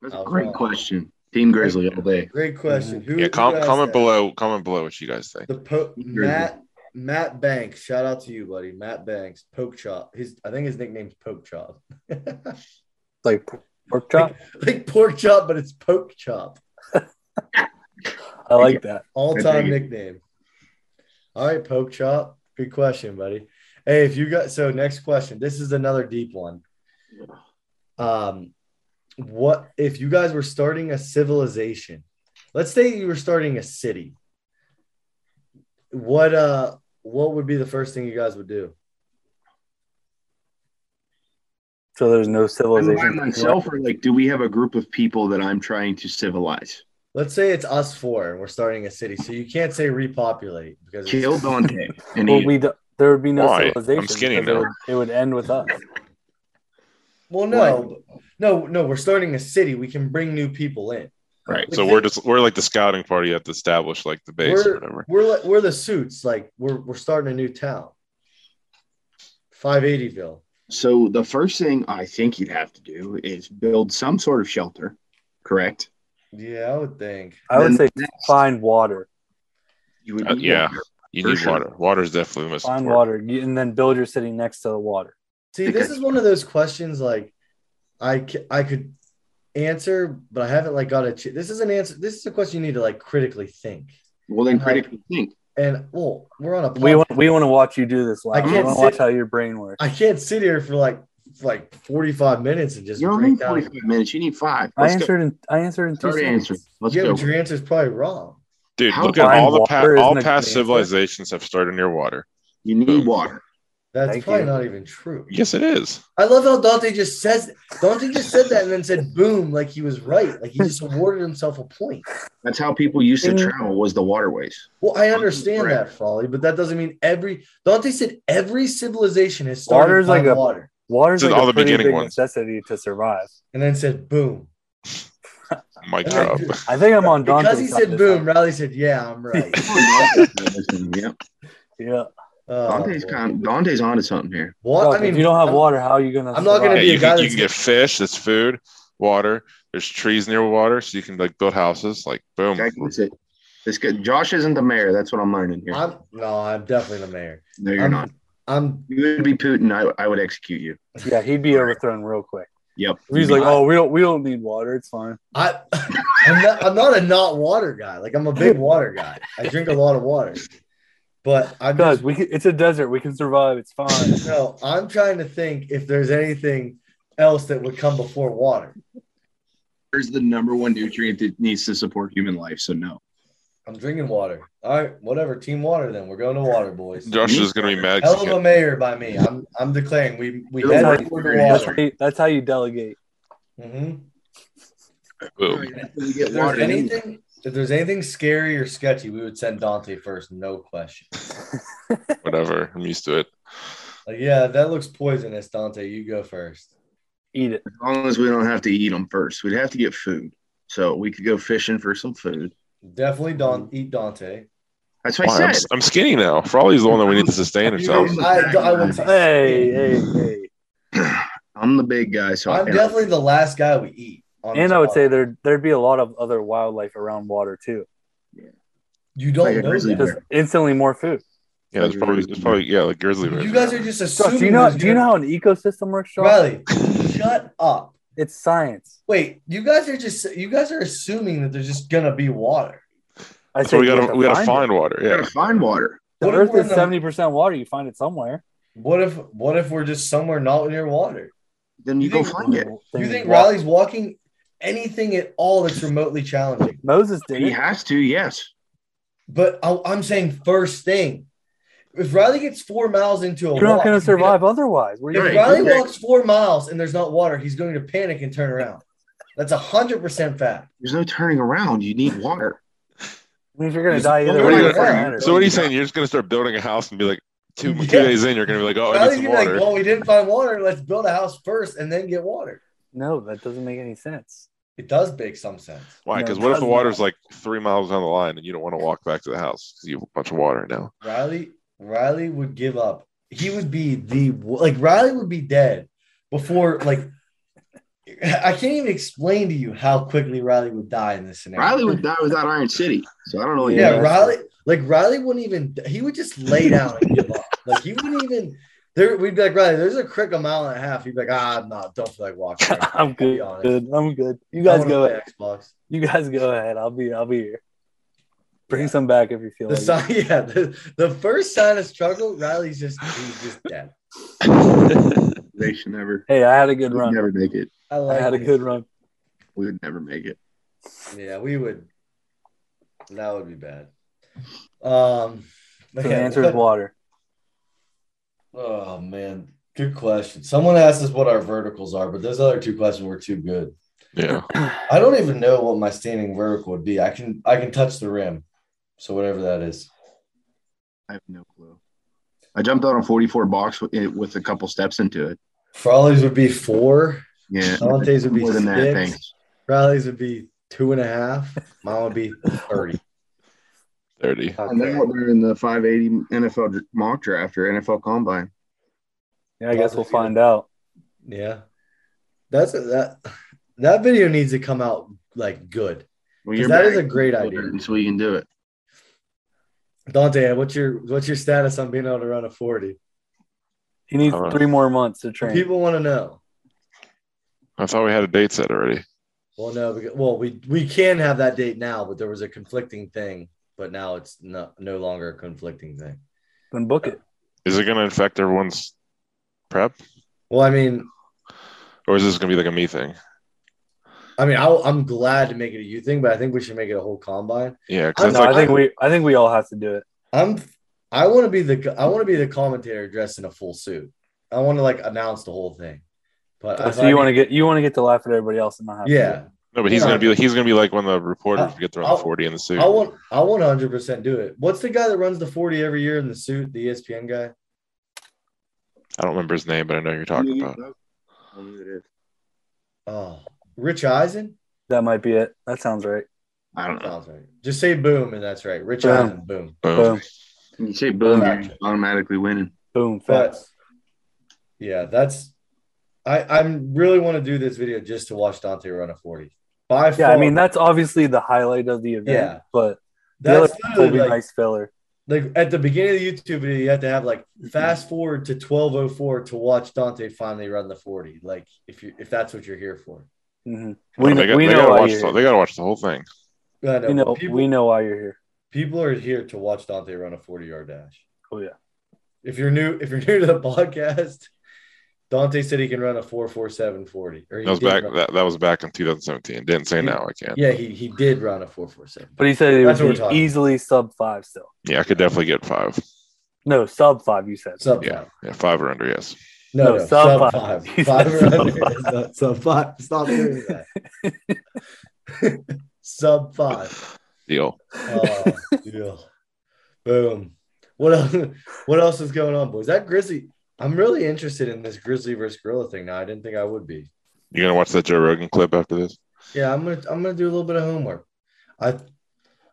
Speaker 2: That's
Speaker 1: Oh,
Speaker 2: a great
Speaker 1: wow.
Speaker 2: question. Team Grizzly all day.
Speaker 1: great question.
Speaker 4: Mm-hmm.
Speaker 1: Who?
Speaker 3: Yeah,
Speaker 1: who
Speaker 3: com-
Speaker 1: asked
Speaker 3: comment
Speaker 1: that?
Speaker 3: below. Comment below what you guys think.
Speaker 1: The po-
Speaker 2: Grizzly.
Speaker 1: Matt Matt Banks. Shout out to you, buddy. Matt Banks. Poke Chop. His I think his nickname's Poke Chop.
Speaker 4: Like pork chop.
Speaker 1: like pork chop, but it's poke chop.
Speaker 4: I like that.
Speaker 1: All
Speaker 2: I
Speaker 1: time
Speaker 2: dig it.
Speaker 1: nickname. All right, poke chop. Good question, buddy. Hey, if you got so next question, this is another deep one. Um, what if you guys were starting a civilization? Let's say you were starting a city. What uh what would be the first thing you guys would do?
Speaker 4: So there's no civilization.
Speaker 2: By myself, or like, do we have a group of people that I'm trying to civilize? Let's
Speaker 1: Let's say it's us four and we're starting a city. So you can't say repopulate because it's-
Speaker 2: kill Dante and
Speaker 4: Well,
Speaker 2: eat
Speaker 4: we
Speaker 2: him.
Speaker 4: d- there would be no
Speaker 3: Why? I'm
Speaker 4: civilization.
Speaker 3: skinny
Speaker 4: because it
Speaker 3: now.
Speaker 4: would- It would end with us.
Speaker 1: well no no no we're starting a city. We can bring new people in.
Speaker 2: right?
Speaker 3: So we're just we're like the scouting party at the establish like the base or
Speaker 1: We're-
Speaker 3: whatever.
Speaker 1: We're like we're the suits. Like we're we're starting a new town. Five eightyville.
Speaker 2: So the first thing I think you'd have to do is build some sort of shelter, correct?
Speaker 1: Yeah, I would think.
Speaker 4: I would
Speaker 2: Then
Speaker 4: say
Speaker 2: next-
Speaker 4: find water,
Speaker 2: You would
Speaker 3: Uh,
Speaker 2: need
Speaker 3: yeah.
Speaker 2: water.
Speaker 3: You
Speaker 2: For
Speaker 3: need
Speaker 2: sure.
Speaker 3: water. Water is definitely the most
Speaker 4: find
Speaker 3: important.
Speaker 4: water, You- and then build your city next to the water.
Speaker 1: See, this is one of those questions like I c- I could answer, but I haven't like got a. Ch- this is an answer. This is a question you need to like critically think.
Speaker 2: Well, then
Speaker 1: Uh,
Speaker 2: critically think.
Speaker 1: And well, we're on a.
Speaker 4: We
Speaker 1: podcast.
Speaker 4: want we want to watch you do this. Lyle.
Speaker 1: I
Speaker 4: We
Speaker 1: can't
Speaker 4: want to
Speaker 1: sit-
Speaker 4: watch how your brain works.
Speaker 1: I can't sit here for like for, like forty five minutes and just
Speaker 2: You don't
Speaker 1: break
Speaker 2: need
Speaker 1: down.
Speaker 2: 45 minutes. You need five.
Speaker 4: I
Speaker 2: Let's go.
Speaker 4: answered in I answered in two
Speaker 2: Start
Speaker 4: seconds.
Speaker 2: answering. Let's
Speaker 1: yeah,
Speaker 2: go.
Speaker 1: but your answer is probably wrong.
Speaker 3: Dude,
Speaker 2: How
Speaker 3: look at
Speaker 4: fine
Speaker 3: all the
Speaker 4: water
Speaker 3: pa-
Speaker 4: is
Speaker 3: all
Speaker 4: an
Speaker 3: past
Speaker 4: advantage.
Speaker 3: civilizations have started near water.
Speaker 2: You need water.
Speaker 1: That's
Speaker 4: Thank
Speaker 1: probably
Speaker 4: you.
Speaker 1: not even true.
Speaker 3: Yes, it is.
Speaker 1: I love how Dante just says Dante just said that and then said boom like he was right. Like he just awarded himself a point.
Speaker 2: That's how people used to
Speaker 4: Mm.
Speaker 2: travel was the waterways.
Speaker 1: Well, I understand
Speaker 2: Right.
Speaker 1: that, Folly, but that doesn't mean every Dante said every civilization has started
Speaker 4: Water's
Speaker 1: by
Speaker 4: like a-
Speaker 1: water.
Speaker 4: Water's
Speaker 3: This is
Speaker 4: like
Speaker 3: all the
Speaker 4: a pretty
Speaker 3: beginning
Speaker 4: big
Speaker 3: ones.
Speaker 4: necessity to survive.
Speaker 1: and then said boom.
Speaker 3: Mic
Speaker 1: And I-
Speaker 3: drop.
Speaker 4: I think I'm on Dante's
Speaker 1: because he
Speaker 4: side
Speaker 1: said
Speaker 4: this
Speaker 1: boom,
Speaker 4: time.
Speaker 1: Riley said, "Yeah, I'm right."
Speaker 2: yep.
Speaker 4: Yeah.
Speaker 1: Oh,
Speaker 2: Dante's,
Speaker 1: boy.
Speaker 2: con- Dante's onto something here.
Speaker 1: What?
Speaker 4: Look,
Speaker 1: I mean,
Speaker 4: if you don't have
Speaker 1: I'm-
Speaker 4: water, how are you gonna?
Speaker 1: I'm not gonna
Speaker 3: Yeah,
Speaker 4: survive?
Speaker 1: be a
Speaker 3: you,
Speaker 1: guy
Speaker 3: can, you
Speaker 1: that's-
Speaker 3: can get fish. That's food, water. There's trees near water, so you can like build houses. Like boom.
Speaker 2: Exactly. That's it. This guy, Josh isn't the mayor. That's what I'm learning here.
Speaker 1: I'm no, I'm definitely the mayor.
Speaker 2: no, you're
Speaker 1: I'm,
Speaker 2: not.
Speaker 1: I'm
Speaker 2: You would be Putin. I, I would execute you.
Speaker 4: Yeah, he'd be overthrown real quick.
Speaker 2: Yep.
Speaker 4: If he's like, oh, we don't, we don't need water. It's fine.
Speaker 1: I I'm not, I'm not a not water guy. Like I'm a big water guy. I drink a lot of water. But I'm just
Speaker 4: Guys, we can, it's a desert. We can survive. It's fine.
Speaker 1: No, I'm trying to think if there's anything else that would come before water.
Speaker 2: There's the number one nutrient that needs to support human life. So no.
Speaker 1: I'm drinking water. All right, whatever. Team water. Then we're going to water, boys.
Speaker 3: Josh is gonna be mad. 'cause
Speaker 1: Hell
Speaker 3: he
Speaker 1: of a
Speaker 3: got-
Speaker 1: mayor by me. I'm I'm declaring we we
Speaker 2: You're
Speaker 1: head
Speaker 4: right.
Speaker 1: for
Speaker 4: That's
Speaker 1: the
Speaker 4: how, you, that's how you delegate.
Speaker 1: water. hmm
Speaker 3: boom.
Speaker 2: We
Speaker 1: If
Speaker 2: get
Speaker 1: there's
Speaker 2: water.
Speaker 1: anything, if there's anything scary or sketchy, we would send Dante first, no question.
Speaker 3: Whatever. I'm used to it.
Speaker 1: Like, yeah, that looks poisonous, Dante. You go first.
Speaker 4: Eat it.
Speaker 2: As long as we don't have to eat them first, we'd have to get food. So we could go fishing for some food.
Speaker 1: Definitely, Don
Speaker 4: Mm.
Speaker 1: eat Dante.
Speaker 2: That's what
Speaker 3: Why?
Speaker 2: I
Speaker 3: I'm,
Speaker 2: said.
Speaker 3: I'm skinny now. Frawley's the one that we need to sustain ourselves.
Speaker 1: I, I would say,
Speaker 4: Hey, hey, hey.
Speaker 2: I'm the big guy, so
Speaker 1: I'm
Speaker 2: and
Speaker 1: definitely the last guy we eat. on
Speaker 4: And
Speaker 1: the
Speaker 4: I would say
Speaker 1: spot.
Speaker 4: there there'd be a lot of other wildlife around water too.
Speaker 1: you don't
Speaker 2: Like a
Speaker 1: know
Speaker 2: grizzly
Speaker 1: that.
Speaker 4: Just instantly more food.
Speaker 3: Yeah, it's probably, it's probably yeah, like grizzly bears.
Speaker 1: You guys are just
Speaker 4: Josh,
Speaker 1: assuming.
Speaker 4: do you know
Speaker 1: there's
Speaker 4: do you know
Speaker 1: gonna-
Speaker 4: how an ecosystem works, Josh?
Speaker 1: Riley? shut up.
Speaker 4: It's science.
Speaker 1: Wait, you guys are just you guys are assuming that there's just gonna be water.
Speaker 4: I
Speaker 3: so we
Speaker 4: said you
Speaker 3: gotta
Speaker 4: have
Speaker 3: we gotta
Speaker 4: it.
Speaker 3: find water.
Speaker 2: we
Speaker 3: Yeah,
Speaker 2: gotta find water.
Speaker 4: The
Speaker 1: What if
Speaker 4: Earth
Speaker 1: we're
Speaker 4: is
Speaker 1: in a-
Speaker 4: seventy percent water. You find it somewhere.
Speaker 1: What if what if we're just somewhere not near water?
Speaker 2: Then you,
Speaker 1: You
Speaker 2: go
Speaker 1: think-
Speaker 2: find it.
Speaker 1: You
Speaker 4: Then
Speaker 1: think
Speaker 4: walk.
Speaker 1: Riley's walking anything at all that's remotely challenging?
Speaker 4: Moses did
Speaker 2: He
Speaker 4: it.
Speaker 2: has to, yes.
Speaker 1: But I, I'm saying first thing. If Riley gets four miles into a
Speaker 4: You're not
Speaker 1: walk-
Speaker 4: going to survive otherwise. What are you
Speaker 1: If
Speaker 2: Right.
Speaker 4: gonna
Speaker 1: Riley
Speaker 4: do?
Speaker 2: Exactly.
Speaker 1: walks four miles and there's not water, he's going to panic and turn around. That's a hundred percent fact.
Speaker 2: There's no turning around. You need water.
Speaker 4: I mean, if you're going to die either
Speaker 1: What
Speaker 4: way,
Speaker 1: are you gonna-
Speaker 4: it doesn't matter.
Speaker 3: So what are you saying? You're just gonna start building a house and be like two, two
Speaker 1: Yeah.
Speaker 3: days in, you're gonna be like, oh, I
Speaker 1: Riley's
Speaker 3: need some
Speaker 1: gonna be like,
Speaker 3: water.
Speaker 1: well, we didn't find water. Let's build a house first and then get water.
Speaker 4: no, that doesn't make any sense.
Speaker 1: It does make some sense.
Speaker 3: Why?
Speaker 4: No,
Speaker 3: Because
Speaker 4: it
Speaker 3: what if the
Speaker 4: doesn't.
Speaker 3: water's like three miles down the line and you don't want to walk back to the house because you have a bunch of water now?
Speaker 1: Riley, Riley would give up. He would be the like Riley would be dead before like I can't even explain to you how quickly Riley would die in this scenario.
Speaker 2: Riley would die without Iron City. So I don't know. what you
Speaker 1: yeah,
Speaker 4: Yeah.
Speaker 1: Riley, like Riley wouldn't even he would just lay down and give up. Like he wouldn't even there we'd be like Riley, there's a creek a mile and a half. He'd be like, ah I'm not don't feel like walking. around. I'll
Speaker 4: I'm
Speaker 1: be
Speaker 4: good.
Speaker 1: honest.
Speaker 4: good. I'm good. You
Speaker 1: I
Speaker 4: guys
Speaker 1: wanna
Speaker 4: go
Speaker 1: play
Speaker 4: ahead.
Speaker 1: Xbox.
Speaker 4: You guys go ahead. I'll be. I'll be here. Bring
Speaker 1: Yeah.
Speaker 4: some back if you feel
Speaker 1: The
Speaker 4: like.
Speaker 1: sign, yeah, the, the first sign of struggle, Riley's just he's just dead.
Speaker 2: They should never,
Speaker 4: it. Hey, I had a good
Speaker 2: we'd
Speaker 4: run.
Speaker 2: never make it.
Speaker 1: I
Speaker 4: I
Speaker 1: like
Speaker 4: had a
Speaker 1: it.
Speaker 4: good run.
Speaker 2: We would never make it.
Speaker 1: Yeah, we would. That would be bad. Um,
Speaker 4: The
Speaker 1: man,
Speaker 4: answer is
Speaker 1: what-
Speaker 4: water.
Speaker 1: Oh man, good question. Someone asked us what our verticals are, but those other two questions were too good.
Speaker 3: Yeah,
Speaker 1: I don't even know what my standing vertical would be. I can I can touch the rim, so whatever that is.
Speaker 2: I have no clue. I jumped out on 44 box with, eh, with a couple steps into it.
Speaker 1: Frawley's would be four.
Speaker 2: Yeah.
Speaker 1: Dante's would be
Speaker 2: More than that,
Speaker 1: six.
Speaker 2: thanks.
Speaker 1: Riley's would be two and a half. Mine would be thirty.
Speaker 3: thirty.
Speaker 2: And then what we're in the 580 NFL dr- mock draft or NFL combine.
Speaker 4: Yeah, I guess we'll find out.
Speaker 1: Yeah, that's a, that. That video needs to come out like good.
Speaker 2: Well,
Speaker 1: 'Cause
Speaker 2: you're
Speaker 1: that
Speaker 2: back.
Speaker 1: is a great idea.
Speaker 2: So we can do it.
Speaker 1: Dante, what's your what's your status on being able to run a forty?
Speaker 4: He needs
Speaker 3: All right.
Speaker 4: three more months to train.
Speaker 1: People want to know.
Speaker 3: I thought we had a date set already.
Speaker 1: Well, no, because, well we we can have that date now, but there was a conflicting thing, but now it's no no longer a conflicting thing.
Speaker 4: then book it.
Speaker 3: Is it gonna affect everyone's prep,
Speaker 1: Well, I mean,
Speaker 3: or is this gonna be like a me thing?
Speaker 1: I mean, I'll, I'm glad to make it a you thing, but I think we should make it a whole combine.
Speaker 3: Yeah,
Speaker 1: I
Speaker 4: No,
Speaker 3: because
Speaker 1: don't
Speaker 3: that's
Speaker 1: know,
Speaker 4: I
Speaker 3: like
Speaker 4: think we. I think we all have to do it.
Speaker 1: I'm I want to be the I want to be the commentator dressed in a full suit. I want to like announce the whole thing. But I
Speaker 4: so you want to get. You want to get to laugh at everybody else and not have. to do
Speaker 1: Yeah.
Speaker 4: it.
Speaker 3: no, but he's
Speaker 1: yeah.
Speaker 3: gonna be like, he's gonna be like when the reporters
Speaker 4: Uh,
Speaker 1: I-
Speaker 3: get there on
Speaker 1: I-
Speaker 3: the forty in the suit.
Speaker 1: I want I want 100 E percent do it. What's the guy that runs the 40 every year in the suit? The ESPN guy.
Speaker 3: I don't remember his name, but I know who you're talking about.
Speaker 1: Oh, Rich Eisen.
Speaker 4: That might be it. That sounds right.
Speaker 2: I don't know.
Speaker 1: Sounds right. Just say boom, and that's right. Rich
Speaker 4: Boom.
Speaker 1: Eisen. Boom.
Speaker 3: Boom.
Speaker 4: Boom.
Speaker 2: You say boom,
Speaker 1: Alright.
Speaker 2: you're automatically winning.
Speaker 4: Boom.
Speaker 1: But-
Speaker 4: Facts.
Speaker 1: Yeah, that's. I I really want to do this video just to watch Dante run a forty. By
Speaker 4: Yeah,
Speaker 1: far,
Speaker 4: I mean that's obviously the highlight of the event.
Speaker 1: Yeah.
Speaker 4: But the other
Speaker 1: that's
Speaker 4: will
Speaker 1: literally
Speaker 4: be
Speaker 1: like,
Speaker 4: nice filler.
Speaker 1: like at the beginning of the YouTube video, you have to have like
Speaker 4: Mm-hmm.
Speaker 1: fast forward to twelve oh four to watch Dante finally run the forty. Like if you if that's what you're here for.
Speaker 3: No,
Speaker 4: Mhm. We,
Speaker 3: Oh, they, got,
Speaker 4: we
Speaker 3: they
Speaker 4: know
Speaker 3: gotta
Speaker 4: why
Speaker 3: watch
Speaker 4: you're
Speaker 3: the,
Speaker 4: here.
Speaker 3: they gotta watch the whole thing.
Speaker 1: I know,
Speaker 4: We know,
Speaker 1: people,
Speaker 4: we know why you're here.
Speaker 1: people are here to watch Dante run a forty yard dash.
Speaker 4: Oh yeah.
Speaker 1: If you're new, if you're new to the podcast, Dante said he can run a four four seven forty. Or he
Speaker 3: That was
Speaker 1: did
Speaker 3: back.
Speaker 1: run-
Speaker 3: That, that was back in 2017. Didn't say
Speaker 1: He-
Speaker 3: now. I can't. Yeah,
Speaker 1: yeah, he he did run a four four seven.
Speaker 4: But he said it
Speaker 1: That's what
Speaker 4: would
Speaker 1: we're talking
Speaker 4: be easily sub five still.
Speaker 3: I could definitely get five.
Speaker 4: No, sub five. You said.
Speaker 1: Sub
Speaker 3: Yeah,
Speaker 1: five.
Speaker 3: yeah, five or under. Yes.
Speaker 1: No,
Speaker 4: No,
Speaker 1: no,
Speaker 4: sub
Speaker 1: sub,
Speaker 4: five.
Speaker 1: five.
Speaker 4: He
Speaker 1: Five.
Speaker 4: said
Speaker 1: or
Speaker 4: sub
Speaker 1: under is not sub five. Stop doing that. sub five.
Speaker 3: Deal.
Speaker 1: Oh, yeah. Boom. What else? What else is going on, boys? That Grizzly. I'm really interested in this Grizzly versus Gorilla thing now. I didn't think I would be.
Speaker 3: You're gonna watch that Joe Rogan clip after this.
Speaker 1: Yeah, I'm gonna I'm gonna do a little bit of homework. I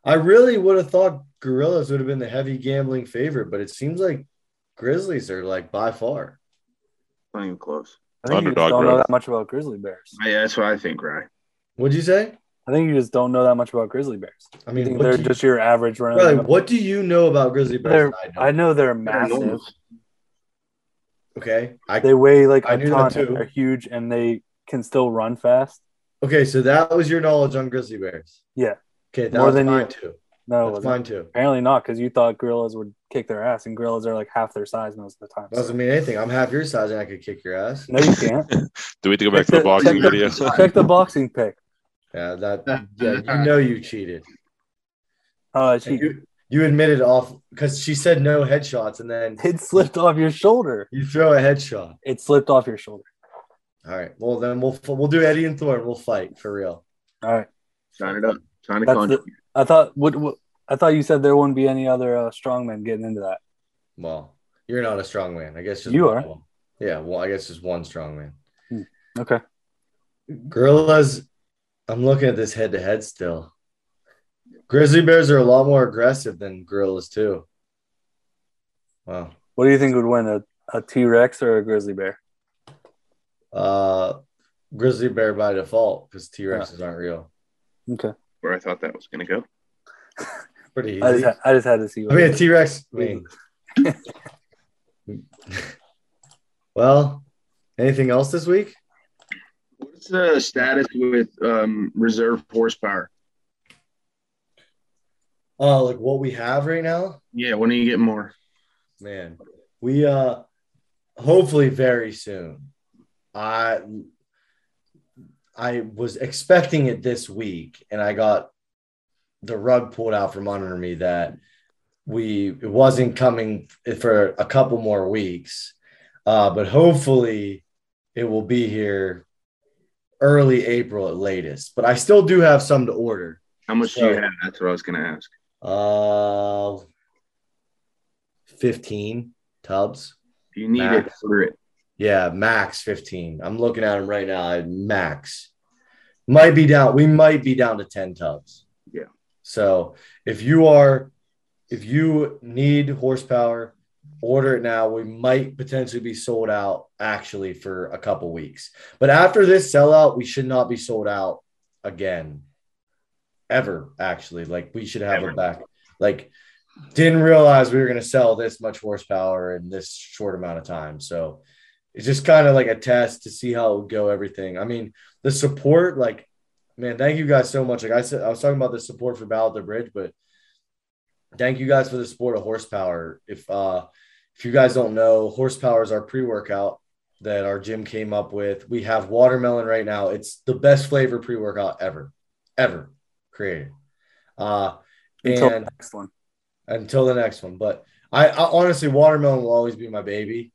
Speaker 1: I really would have thought Gorillas would have been the heavy gambling favorite, but it seems like Grizzlies are like by far.
Speaker 2: Not even close.
Speaker 4: I think you just
Speaker 3: Underdog
Speaker 4: don't know
Speaker 3: growth.
Speaker 4: that much about grizzly bears.
Speaker 2: I, that's what I think, right?
Speaker 1: What'd you say?
Speaker 4: I think you just don't know that much about grizzly bears.
Speaker 1: I
Speaker 4: I
Speaker 1: mean,
Speaker 4: think
Speaker 1: what
Speaker 4: they're
Speaker 1: do,
Speaker 4: just your average
Speaker 1: you,
Speaker 4: runner.
Speaker 1: Riley, what do you know about Grizzly Bears? than I
Speaker 4: I
Speaker 1: know.
Speaker 4: know they're
Speaker 2: They're
Speaker 4: massive.
Speaker 2: enormous.
Speaker 1: okay, I
Speaker 4: They weigh like
Speaker 1: I
Speaker 4: a
Speaker 1: knew
Speaker 4: ton.
Speaker 1: that too.
Speaker 4: They're huge and they can still run fast.
Speaker 1: okay. So that was your knowledge on Grizzly Bears.
Speaker 4: Yeah.
Speaker 1: Okay, that
Speaker 4: More
Speaker 1: was
Speaker 4: than you.
Speaker 1: mine too.
Speaker 4: No, it
Speaker 1: That's
Speaker 4: wasn't.
Speaker 1: mine too.
Speaker 4: apparently not because you thought gorillas would kick their ass, and gorillas are like half their size most of the time.
Speaker 1: Doesn't
Speaker 4: so-
Speaker 1: mean anything. I'm half your size and I could kick your ass.
Speaker 4: No, you can't.
Speaker 3: Do we have to go back
Speaker 4: Check
Speaker 3: to the
Speaker 4: the-
Speaker 3: boxing
Speaker 2: check the-
Speaker 3: video?
Speaker 4: Check the boxing pick.
Speaker 1: Yeah, that yeah, you know you cheated.
Speaker 4: Oh, she
Speaker 1: You, you admitted off because she said no headshots and then
Speaker 4: it slipped off your shoulder.
Speaker 1: you throw a headshot.
Speaker 4: It slipped off your shoulder.
Speaker 1: All right. Well, then we'll we'll do Eddie and Thorne. We'll fight for real.
Speaker 4: All right.
Speaker 2: Sign it up. Sign a
Speaker 4: That's
Speaker 2: contract.
Speaker 4: I thought what, what I thought you said there wouldn't be any other uh, strongmen getting into that.
Speaker 1: Well, you're not a strong man. I guess just
Speaker 4: You
Speaker 1: one-
Speaker 4: are. Hmm.
Speaker 1: Yeah. Well, I guess just one strong man.
Speaker 4: Okay.
Speaker 1: Gorillas. I'm looking at this head to head still. Grizzly bears are a lot more aggressive than gorillas too. Wow.
Speaker 4: What do you think would win a, a T Rex or a grizzly bear?
Speaker 1: Uh, grizzly bear by default because T Rexes aren't real.
Speaker 4: Okay.
Speaker 2: Where I thought that was gonna go.
Speaker 1: Pretty easy.
Speaker 4: I just, I just had to see.
Speaker 1: I
Speaker 4: What
Speaker 1: mean, a T Rex. I mean, well, anything else this week?
Speaker 2: What's the status with um, reserve horsepower?
Speaker 1: Uh, like what we have right now,
Speaker 2: Yeah, when do you get more?
Speaker 1: man. We uh, hopefully very soon. I I was expecting it this week, and I got the rug pulled out from under me that we it wasn't coming for a couple more weeks, uh, but hopefully it will be here early April at latest. But I still do have some to order.
Speaker 2: How much do
Speaker 1: So-
Speaker 2: you have? That's what I was gonna ask.
Speaker 1: Uh, fifteen tubs.
Speaker 2: If you need it,
Speaker 1: Max.
Speaker 2: order it.
Speaker 1: Yeah, max 15. I'm looking at him right now. at Max might be down. We might be down to 10 tubs.
Speaker 2: Yeah.
Speaker 1: So if you are, if you need horsepower, order it now. We might potentially be sold out actually for a couple weeks. But after this sellout, we should not be sold out again. Ever actually. Like we should have
Speaker 2: Ever.
Speaker 1: a back. Like didn't realize we were going to sell this much horsepower in this short amount of time. So it's just kind of like a test to see how it would go everything i mean the support like man thank you guys so much like i said i was talking about the support for battle of the bridge but thank you guys for the support of horsepower if uh if you guys don't know horsepower is our pre-workout that our gym came up with we have watermelon right now it's the best flavor pre-workout ever ever created uh
Speaker 4: until
Speaker 1: and
Speaker 4: the next one.
Speaker 1: until the next one but I, I honestly watermelon will always be my baby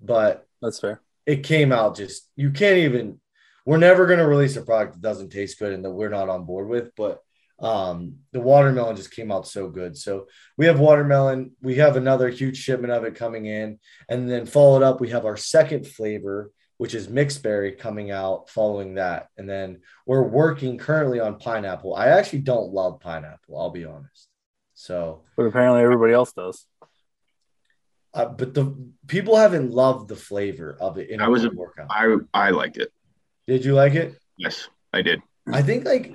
Speaker 1: but
Speaker 4: That's fair.
Speaker 1: it came out just you can't even we're never going to release a product that doesn't taste good and that we're not on board with but um, the watermelon just came out so good. So we have watermelon. We have another huge shipment of it coming in, and then followed up, we have our second flavor, which is mixed berry, coming out following that. And then we're working currently on pineapple. I actually don't love pineapple. I'll be honest. So,
Speaker 4: But apparently everybody else does.
Speaker 1: uh, but the people haven't loved the flavor of it in
Speaker 2: I
Speaker 1: a
Speaker 2: was a-
Speaker 1: workout.
Speaker 2: I I liked it.
Speaker 1: Did you like it?
Speaker 2: Yes, I did.
Speaker 1: I think like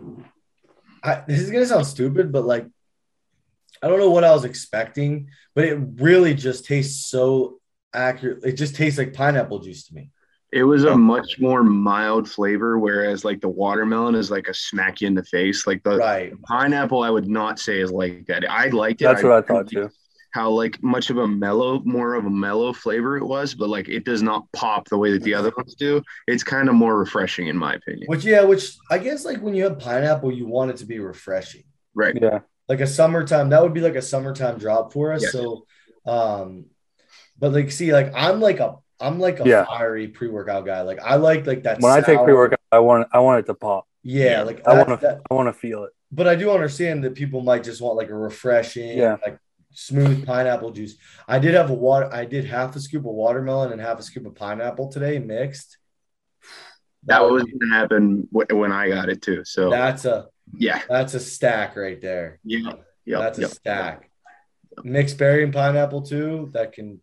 Speaker 1: I, this is gonna sound stupid, but like I don't know what I was expecting, but it really just tastes so accurate. It just tastes like pineapple juice to me.
Speaker 2: It was
Speaker 3: Oh.
Speaker 2: a much more mild flavor, whereas like the watermelon is like a smack you in the face. Like the
Speaker 1: Right.
Speaker 2: pineapple, I would not say is like that. I liked it.
Speaker 4: That's what I thought
Speaker 2: liked
Speaker 4: too.
Speaker 2: How like much of a mellow, more of a mellow flavor it was, but like it does not pop the way that the other ones do. It's kind of more refreshing in my opinion.
Speaker 1: Which yeah, which I guess like when you have pineapple, you want it to be refreshing.
Speaker 2: Right.
Speaker 4: Yeah.
Speaker 1: Like a summertime, that would be like a summertime drop for us.
Speaker 2: Yes.
Speaker 1: So um but like see, like I'm like a I'm like a
Speaker 4: Yeah.
Speaker 1: fiery pre-workout guy. Like I like like that.
Speaker 4: When I take
Speaker 1: sour-
Speaker 4: pre workout, I want I want it to pop.
Speaker 1: yeah,
Speaker 2: Yeah.
Speaker 1: like
Speaker 4: I
Speaker 1: that-
Speaker 4: wanna-
Speaker 1: that,
Speaker 4: I want to feel it.
Speaker 1: but I do understand that people might just want like a refreshing,
Speaker 4: Yeah.
Speaker 1: like smooth pineapple juice. I did have a water. I did half a scoop of watermelon and half a scoop of pineapple today, mixed.
Speaker 2: That was gonna happen wh- when I got it too. So
Speaker 1: that's a
Speaker 2: yeah,
Speaker 1: that's a stack right there.
Speaker 2: yeah, yeah.
Speaker 1: that's a
Speaker 2: yeah.
Speaker 1: stack. Mixed berry and pineapple too. That can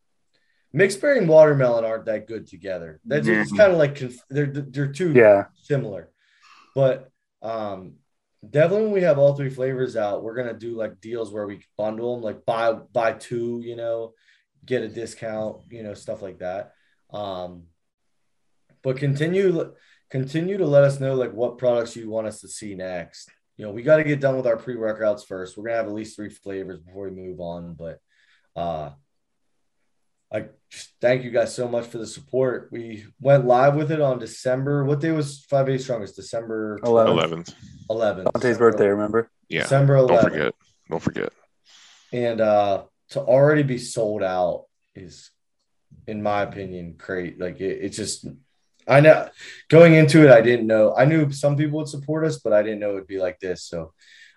Speaker 1: mixed berry and watermelon aren't that good together. That's
Speaker 2: Yeah.
Speaker 1: it's kind of like conf- they're they're too
Speaker 4: Yeah.
Speaker 1: similar. But um definitely when we have all three flavors out, we're gonna do like deals where we bundle them, like buy buy two, you know, get a discount, you know, stuff like that. Um but continue continue to let us know like what products you want us to see next. You know, we got to get done with our pre-workouts first. We're gonna have at least three flavors before we move on, but uh I just thank you guys so much for the support. We went live with it on December. What day was five days strongest? December
Speaker 4: 11th.
Speaker 3: 11th.
Speaker 1: 11th.
Speaker 4: Dante's birthday, remember?
Speaker 3: Yeah.
Speaker 1: December
Speaker 3: Don't
Speaker 1: 11th.
Speaker 3: forget. Don't forget.
Speaker 1: And uh, to already be sold out is, in my opinion, great. Like it, it's just, I know going into it, I didn't know. I knew some people would support us, but I didn't know it would be like this. So,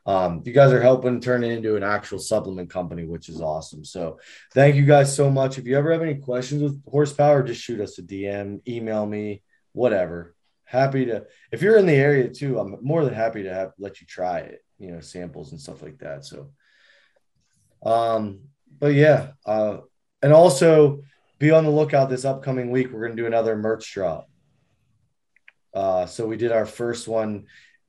Speaker 1: um, you guys are helping turn it into an actual supplement company, which is awesome. So, thank you guys so much. If you ever have any questions with horsepower, just shoot us a DM, email me, whatever. Happy to if you're in the area too, I'm more than happy to have let you try it, you know, samples and stuff like that. So um, but yeah, uh, and also be on the lookout this upcoming week. We're gonna do another merch drop. Uh, so we did our first one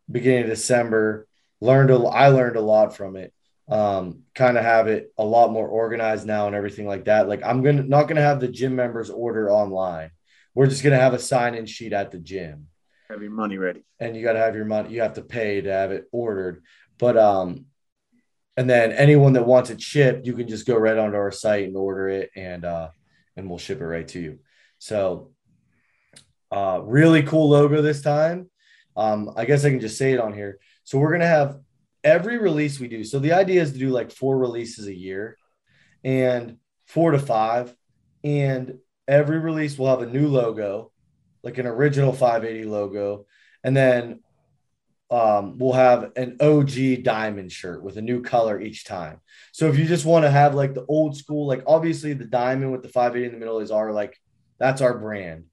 Speaker 1: beginning of December. Learned a, I learned a lot from it. Um, kind of have it a lot more organized now and everything like that. Like I'm gonna not gonna have the gym members order online. We're just gonna have a sign-in sheet at the gym
Speaker 2: Have your money ready.
Speaker 1: and you got to have your money you have to pay to have it ordered but um and then anyone that wants it shipped you can just go right onto our site and order it and uh and we'll ship it right to you so uh really cool logo this time um i guess i can just say it on here so we're gonna have every release we do so the idea is to do like four releases a year and four to five and every release will have a new logo like an original 580 logo and then um, we'll have an OG diamond shirt with a new color each time. So if you just want to have like the old school, like obviously the diamond with the 580 in the middle is our like that's our brand.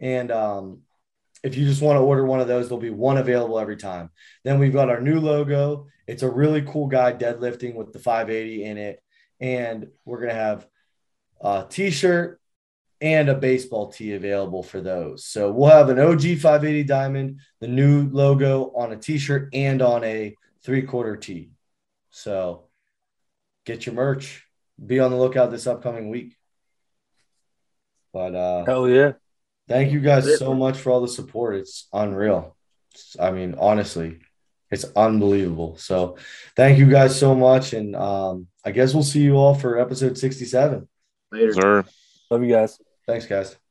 Speaker 1: And um, if you just want to order one of those, there'll be one available every time. Then we've got our new logo. It's a really cool guy deadlifting with the 580 in it. And we're gonna have a t-shirt and a baseball tee available for those. So we'll have an OG 580 diamond, the new logo on a t-shirt and on a three-quarter tee. So get your merch. Be on the lookout this upcoming week. But uh
Speaker 4: Hell yeah.
Speaker 1: Thank you guys so much for all the support. It's unreal. It's- I mean, honestly, it's unbelievable. So, thank you guys so much, and um, I guess we'll see you all for episode sixty-seven.
Speaker 2: Later.
Speaker 3: Sir.
Speaker 4: Love you guys.
Speaker 1: Thanks, guys.